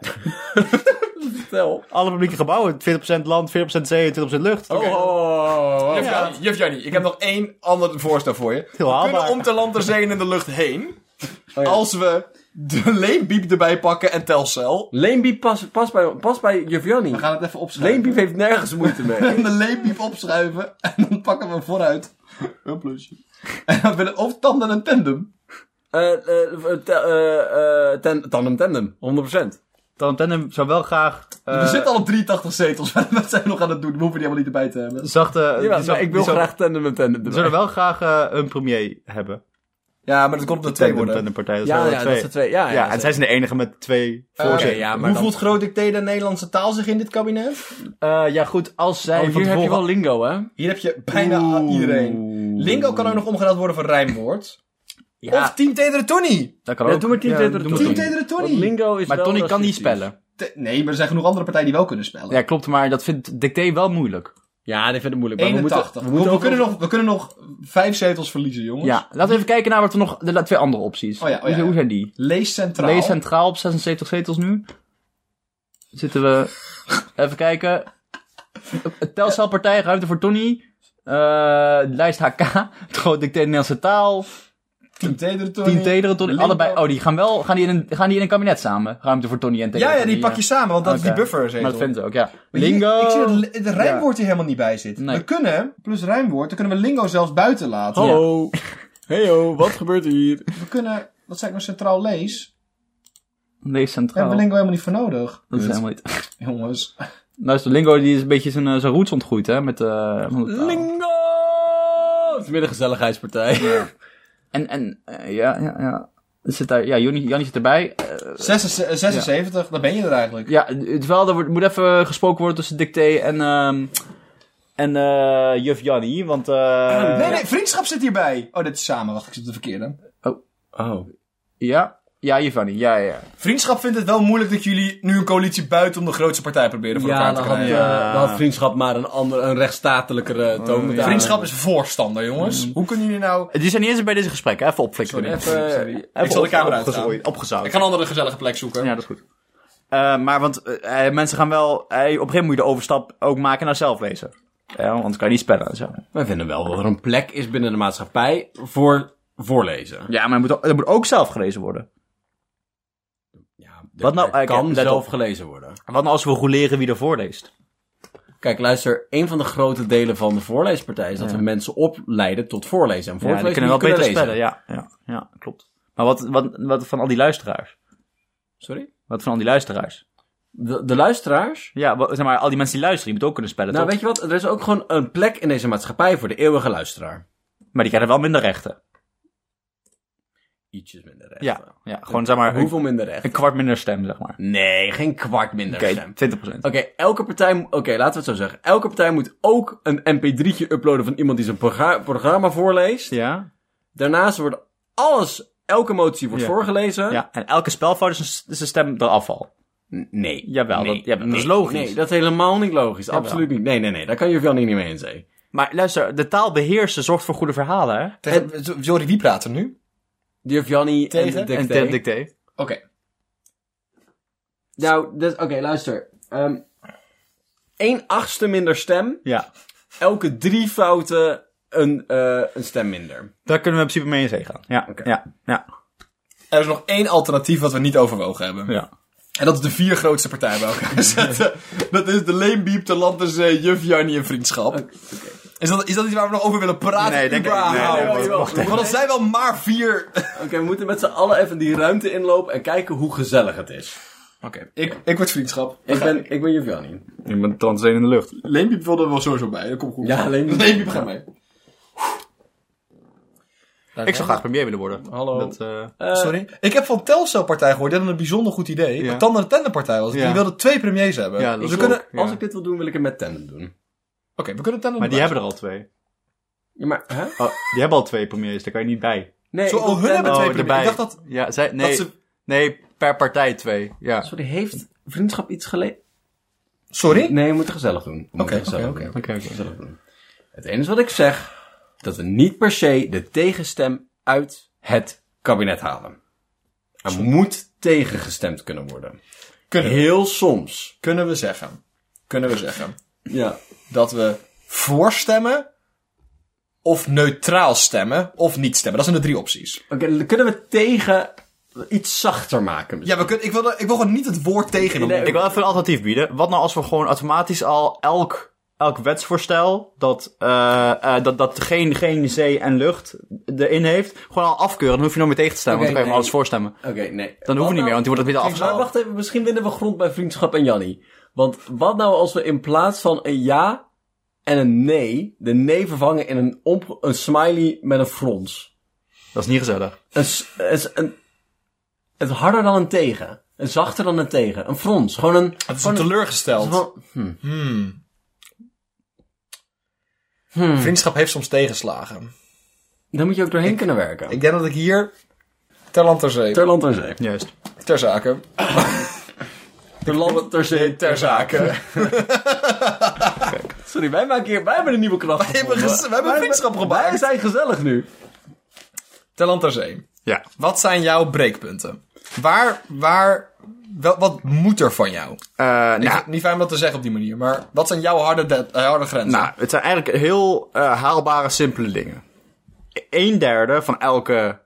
Vertel. Alle publieke gebouwen, 40% land, 40% zee, 20% lucht. Oh, oh, oh, oh. Juf Jannie, Juf Jannie, ik heb nog één ander voorstel voor je. Heel We kunnen haalbaar. om te land, ter zee en in de lucht heen. ja. Als we de leenbiep erbij pakken en telcel. Leenbiep past pas bij, pas bij Giovanni. We gaan het even opschuiven. Leenbiep heeft nergens moeite mee. En de leenbiep opschuiven. En dan pakken we vooruit. Een plusje. En dan willen of tanden en tandem. Eh, eh, te- eh, eh, ten- Tandem tandem, 100%. Dan Tandem zou wel graag... eh, we zitten al op 83 zetels. maar Dat zijn we nog aan het doen. We hoeven die helemaal niet erbij te hebben. zachte... die Ja, zou- maar ik die wil zou- graag tandem en tandem We erbij. zullen wel graag eh, een premier hebben. Ja, maar dat komt op de twee Tandem, worden. tandempartij, dat Ja, zijn ja, er dat twee. zijn twee. Ja, Ja, ja, dat en is- zij zijn de enige met twee voorzitters. Oké, ja, maar Eh, Hoe dan- voelt groot de Nederlandse taal zich in dit kabinet? Eh, ja, goed, als zij Oh, van hier heb je tevoren- wel lingo, hè? Hier heb je bijna iedereen. Lingo kan ook nog omgedaald worden voor rijmwoord. Ja. Of Team Tedere Tony. Dat kan Ja, ook. doe maar Team Ja, Tedder doe maar Team Tony. Tedere Want Tony. lingo is Maar wel Tony kan niet racistisch. spellen. Te- Nee, maar er zijn genoeg andere partijen die wel kunnen spellen. Ja, klopt, maar dat vindt Dicté wel moeilijk. Ja, die vind ik moeilijk. Maar 81. we moeten, we moeten we, ook- kunnen nog, we kunnen nog vijf zetels verliezen, jongens. Ja, laten we even kijken naar wat we nog, de la- twee andere opties. Oh ja, oh ja, Hoe zijn- ja. Hoe zijn die? Lees centraal. Lees centraal op 76 zetels nu. Zitten we... even kijken. Telcelpartij, ruimte voor Tony. Eh, lijst HK. Groot dictator Nederlandse taal. Team Tedere Tony. Team Tederen, Tony. Lingo. Allebei. Oh, die gaan wel... Gaan die, in een, gaan die in een kabinet samen? Ruimte voor Tony en Tederen. Ja, ja, die pak je samen, want dat is Oké. die buffer Maar dat vindt ze ook, ja. Ik zie dat Lingo. li- het rijmwoord hier helemaal niet bij zit. Nee. Oh. We kunnen, plus rijmwoord, dan kunnen we lingo zelfs buiten laten. Hallo. Heyo, wat gebeurt hier? We kunnen, wat zei ik nou, centraal lees. Lees Daar centraal. hebben we lingo helemaal niet voor nodig. Oh. Dat is helemaal niet... Jongens. Luister, Lingo die Nou is een beetje zijn, eh, zijn roots ontgroeid, hè? Met, eh van de taal. Lingo! Het is meer een gezelligheidspartij. En, en eh, ja, ja, ja. Er Zit daar, ja, Johnny, Jannie zit erbij. Eh, 76, daar ben je er eigenlijk. ja, het wel, er wordt, moet even gesproken worden tussen Dicté en, ehm en eh juf Jannie, want... eh Ah, nee, nee, vriendschap zit hierbij. Oh, dit is samen. Wacht, ik zit op de verkeerde. Oh. Ja, ja, juf Jannie, ja, ja, ja. Vriendschap vindt het wel moeilijk dat jullie nu een coalitie buiten om de grootste partij proberen voor Ja, elkaar te dan had, krijgen. eh, dan had vriendschap maar een, ander, een rechtsstatelijkere eh, toon. moeten Oh, Vriendschap is voorstander, jongens. Hoe kunnen jullie nou... Die zijn niet eens bij deze gesprekken, even opflikkeren. aanhouden. Even, Even Ik zal de op- camera opgezooid, uitstaan. Opgezauwd. Ik ga een andere gezellige plek zoeken. Ja, dat is goed. Eh, maar want eh, eh, mensen gaan wel... eh, op een gegeven moment moet je de overstap ook maken naar zelflezen. Ja, want anders kan je niet spellen en zo. Wij vinden wel dat er een plek is binnen de maatschappij voor voorlezen. Ja, maar het moet, ook- het moet ook zelf gelezen worden. Ja, Wat nou- er kan oké, let zelf op. gelezen worden. En Wat nou als we roleren wie ervoor leest? Kijk, luister, een van de grote delen van de voorleespartij is dat we mensen opleiden tot voorlezen. En Ja, voorlezen die kunnen wel die beter lezen. spellen, ja, ja. Ja, klopt. Maar wat, wat, wat van al die luisteraars? Sorry? Wat van al die luisteraars? De, de luisteraars? Ja, wat, zeg maar, al die mensen die luisteren, die moeten ook kunnen spellen, Nou, toch? weet je wat? Er is ook gewoon een plek in deze maatschappij voor de eeuwige luisteraar. Maar die krijgen wel minder rechten. Ietsjes minder recht. Ja, ja gewoon zeg maar een, Hoeveel minder recht? een kwart minder stem, zeg maar. Nee, geen kwart minder Oké, stem. 20 procent. Oké, elke partij... mo- Oké, laten we het zo zeggen. Elke partij moet ook een mp3'tje uploaden van iemand die zijn progra- programma voorleest. Ja? Daarnaast wordt alles... Elke motie wordt Ja. voorgelezen. ja, en elke spelfout is een, s- is een stem eraf al. N- Nee. Jawel, Nee. dat, jawel, dat is Nee. logisch. Nee, dat is helemaal niet logisch. Absoluut niet. Nee, nee, nee. Daar kan Jovian hier niet mee in zijn. Maar luister, de taal beheersen zorgt voor goede verhalen, hè? Eh, Tegen, sorry, wie praat er nu? Giovanni Tegen? en Dick en Day. Ted Dicté. Oké. Nou, dus- oké, luister. Eén 1 achtste minder stem. Ja, Elke drie fouten een, eh, een stem minder. daar kunnen we in principe mee in zee gaan. Ja, Oké. ja, ja, Er is nog één alternatief wat we niet overwogen hebben. ja. En dat is de vier grootste partijen bij elkaar zetten. dat is de Leenbiep, de Landers, eh Juf Jannie en Vriendschap. Is, dat, is dat iets waar we nog over willen praten? Nee, denk ik- Überhaupt. nee, nee, nee, wacht even. Want dat zijn wel maar vier... Oké, Oké, we moeten met z'n allen even die ruimte inlopen en kijken hoe gezellig het is. ik, ik word Vriendschap. Ik ben, ik ben Giovanni. Je bent transleen in de lucht. Leenbiep wilde er wel sowieso bij, dat komt goed. Ja, Leenbiep. Leenbiep gaat mee. Ik zou graag premier willen worden. Hallo. Dat, eh, Sorry? Ik heb van Telcel partij gehoord, die hadden een bijzonder goed idee. Ja. Maar Tanden de Tenden partij was het. Ja. Die wilden twee premiers hebben. Ja, dat dus is we kunnen... ook. Oké, Ja. Als ik dit wil doen, wil ik het met Tandem doen. we kunnen Tenden maar die erbij. hebben er al twee. Ja, maar, hè? Oh, die hebben al twee premiers, daar kan je niet bij. Nee, Zo, ik wil oh, hun Tandem- hebben Oh, twee premiers. erbij. Ik dacht dat... Ja, zij, nee, dat ze... nee, per partij twee. Ja. Sorry, heeft vriendschap iets geleerd? Sorry? Nee, we moeten gezellig doen. We moeten Oké, gezellig oké, doen. oké, We moeten gezellig doen. Het enige wat ik zeg, dat we niet per se de tegenstem uit het kabinet halen. Er moet tegengestemd kunnen worden. Kunnen, we- Heel soms. kunnen we zeggen. Kunnen we zeggen. Ja. dat we voorstemmen of neutraal stemmen of niet stemmen. Dat zijn de drie opties. Oké, dan kunnen we tegen iets zachter maken? misschien? Ja, we kunnen, ik, wil, ik wil gewoon niet het woord tegen. Nee, ik, Ik wil even een alternatief bieden. Wat nou als we gewoon automatisch al elk, elk wetsvoorstel dat, eh, eh, dat, dat geen, geen zee en lucht erin heeft, gewoon al afkeuren. Dan hoef je nooit meer tegen te stemmen, Oké, want dan kan je nee. gewoon alles voorstemmen. Oké, nee. nou- Dan hoeven we niet meer, want nou- die wordt het weer Maar afgeschaald. wacht even, misschien winnen we grond bij vriendschap en Janni. Want wat nou als we in plaats van een ja en een nee, de nee vervangen in een, onp- een smiley met een frons? Dat is niet gezellig. Een, s- een, s- een, het harder dan een tegen. Een zachter dan een tegen. Een frons. Gewoon een... het is een teleurgesteld. gewoon- Hmm. Hmm. Vriendschap heeft soms tegenslagen. Daar moet je ook doorheen kunnen werken. Ik denk dat ik hier ter land ter zee, ter, ter land ter zee. Juist. zake, Ter land ter zee. ter zake. Sorry, wij maken hier... Wij hebben een nieuwe kracht We hebben, gez- we hebben vriendschap Wij gemaakt. zijn gezellig nu. Ter land ter zee. Ja. Wat zijn jouw breekpunten? Waar, waar, wel- wat moet er van jou? Eh, Ik nou, vind het niet fijn om dat te zeggen op die manier, maar wat zijn jouw harde, de- eh, harde grenzen? nou, het zijn eigenlijk heel eh, haalbare, simpele dingen. Een derde van elke,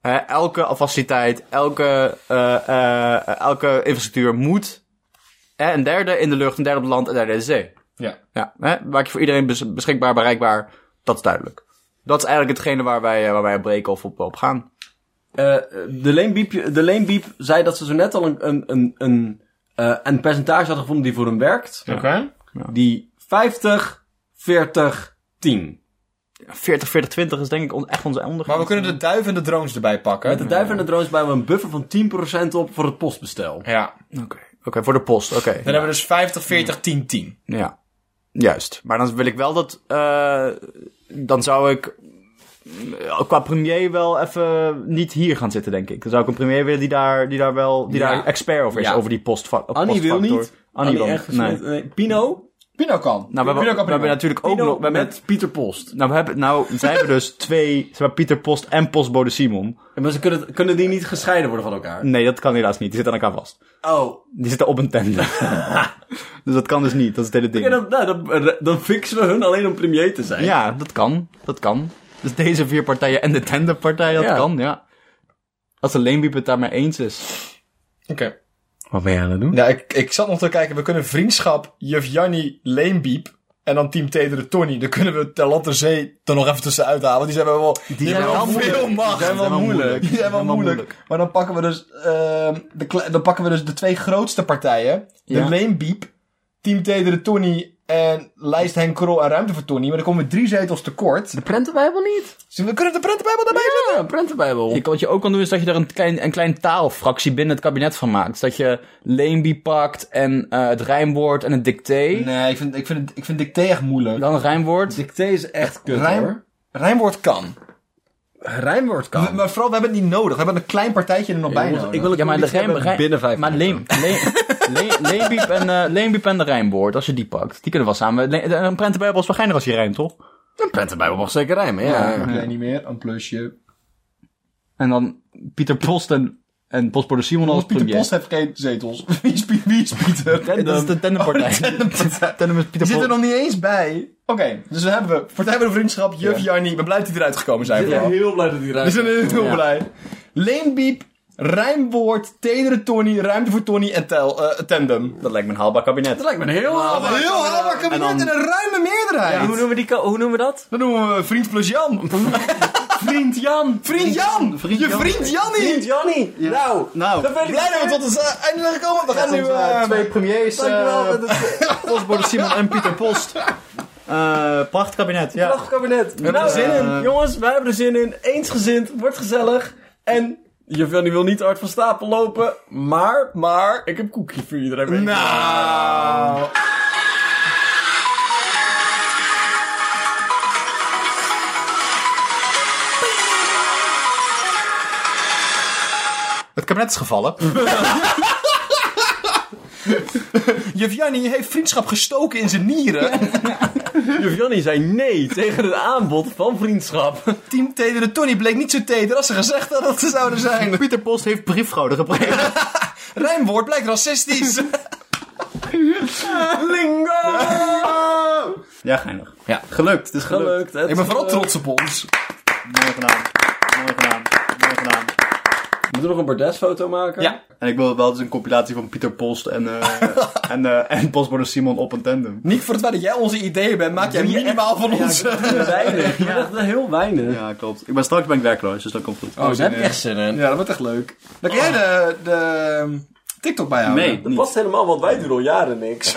hè, elke faciliteit, elke, eh, eh, eh, elke infrastructuur moet. Hè, een derde in de lucht, een derde op het land, een derde in de zee. ja. Ja, hè? maak je voor iedereen bes- beschikbaar, bereikbaar. Dat is duidelijk. Dat is eigenlijk hetgene waar wij, eh, waar wij op breken of op, op gaan. Eh, de, leenbiep, de leenbiep zei dat ze zo net al een, een, een, een, eh, een percentage had gevonden die voor hem werkt. Oké. Die 50, 40, 10. 40, 40, 20 is denk ik on- echt onze Maar we ondergang. kunnen de duif en de drones erbij Met pakken. de duif en de drones bij we een buffer van 10% op voor het postbestel. Ja. Dan Oké, oké, voor de post, oké. hebben we dus 50, 40, 10, 10. Ja, juist. Maar dan wil ik wel dat... eh, dan zou ik eh, qua premier wel even niet hier gaan zitten, denk ik. Dan zou ik een premier willen die daar, die daar wel die Ja. daar expert over is, Ja. over die postva- postfactor. Annie eh, wil niet. Annie, wil echt niet, nee. gesmet- nee. Pino? Pino kan. Nou, we hebben, we hebben natuurlijk ook Pino nog... We hebben, met Pieter Post. Nou, we hebben, nou, zij hebben dus twee, zeg maar, Pieter Post en Postbode Simon. Maar ze kunnen, kunnen die niet gescheiden worden van elkaar? Nee, dat kan helaas niet. Die zitten aan elkaar vast. Oh. Die zitten op een tender. dus dat kan dus niet. Dat is het hele ding. dan, nou, dan, dan fixen we hun alleen om premier te zijn. Ja, dat kan. Dat kan. Dus deze vier partijen en de tenderpartij, dat Ja. kan, ja. Als de Leenbiep het daarmee eens is. Oké. Wat ben jij aan het doen? Nou, ik, ik zat nog te kijken. We kunnen vriendschap, juf Jannie, Leenbiep... en dan team Tedere Tony. Dan kunnen we ter land en zee er nog even tussenuit halen. Want die zijn wel, die hebben zijn wel veel moeilijk. macht. Die zijn wel moeilijk. Die zijn wel Die zijn wel moeilijk. moeilijk. Maar dan pakken we dus, ehm, de, kle- dan pakken we dus de twee grootste partijen. De Ja. Leenbiep, team Tedere Tony... en lijst Henk Krol en ruimte voor Tony. Maar dan komen we drie zetels tekort. De prentenbijbel niet? Dus we kunnen de prentenbijbel daarbij zetten. Ja, een prentenbijbel. Je, kan- wat je ook kan doen is dat je er een klein, een klein taalfractie binnen het kabinet van maakt. Dus Dat je Leenbiep pakt en eh, het rijmwoord en het dicté. Nee, ik vind, ik vind, het- ik vind dicté echt moeilijk. Dan het rijmwoord. Dicté is echt kut Rijm, rijmwoord kan. Rijmwoord kan. We- Maar vooral, we hebben het niet nodig. We hebben een klein partijtje er nog bij nodig. ik wil het Ja, maar de politie rijm, hebben rijm- binnen vijf maar leem, leem, leem, leembiep en, eh, leembiep en de rijmwoord, als je die pakt, die kunnen wel samen. le- Een prentenbijbel is wel geinig als je rijmt, toch? Een prentenbijbel mag zeker rijmen, ja. Een klein niet meer, een plusje. En dan Pieter Post en, en postbode Simon als Ons Pieter premier. Post heeft geen zetels. Wie is, Piet- wie is Pieter? Oh, Ja, Dat is de tandempartij. Tandem is Die Pieter zit Post. er nog niet eens bij. Oké, dus we hebben we Partij voor de Vriendschap, Juf Jarnie. Ik ben blij dat die eruit gekomen zijn. Ik ben vooral. heel blij dat hij We rijmt. zijn heel Ja. blij. Leenbiep, Rijmwoord, Tedere Tony, Ruimte voor Tony en tel, eh, Tandem. Dat lijkt me een haalbaar kabinet. Dat lijkt me een heel haalbaar. Heel haalbaar kabinet en, een ruime meerderheid. Hoe, noemen we die, hoe noemen we dat? Dan noemen we Vriend plus Jan. Vriend Jan. Vriend Jan! je vriend Jannie! Johnny! Nou, Nou, Blij dat we tot het eh, einde zijn gekomen. We gaan nu... eh, twee premiers. dankjewel. eh Dat is postbode Simon en Pieter Post. Eh prachtkabinet, ja. een kabinet. Nou, er zin zin in. Jongens, wij hebben er zin in. Eensgezind, wordt gezellig. En Giovanni wil niet hard van stapel lopen. Maar, maar, ik heb koekje voor iedereen. mee. Nou... Het kabinet is gevallen. Juf Jannie heeft vriendschap gestoken in zijn nieren. Giovanni zei nee tegen het aanbod van vriendschap. Team Tedere Tony bleek niet zo teder als ze gezegd hadden dat ze zouden zijn. Pieter Post heeft brieffraude gepleegd. Rijmwoord blijkt racistisch. Ja, geinig. Ja. Gelukt, het is gelukt. Gelukt, hè? Ik ben vooral trots op ons. Mooi gedaan. Mooi gedaan. Mooi gedaan. Moeten we nog een bordesfoto maken? Ja. En ik wil wel eens een compilatie van Pieter Post en, eh en, eh en postbode Simon op een tandem. Niet voor het feit dat jij onze ideeën bent, maak jij minimaal van ons. Weinig. Ja. Echt heel weinig. Ja, klopt. Ik ben straks ben ik werkloos, dus dat komt goed. Oh, daar heb ik echt zin in. Ja, dat wordt echt leuk. Dan kan jij de, de ehm, TikTok bijhouden. nee, niet. Past helemaal, want wij doen al jaren niks.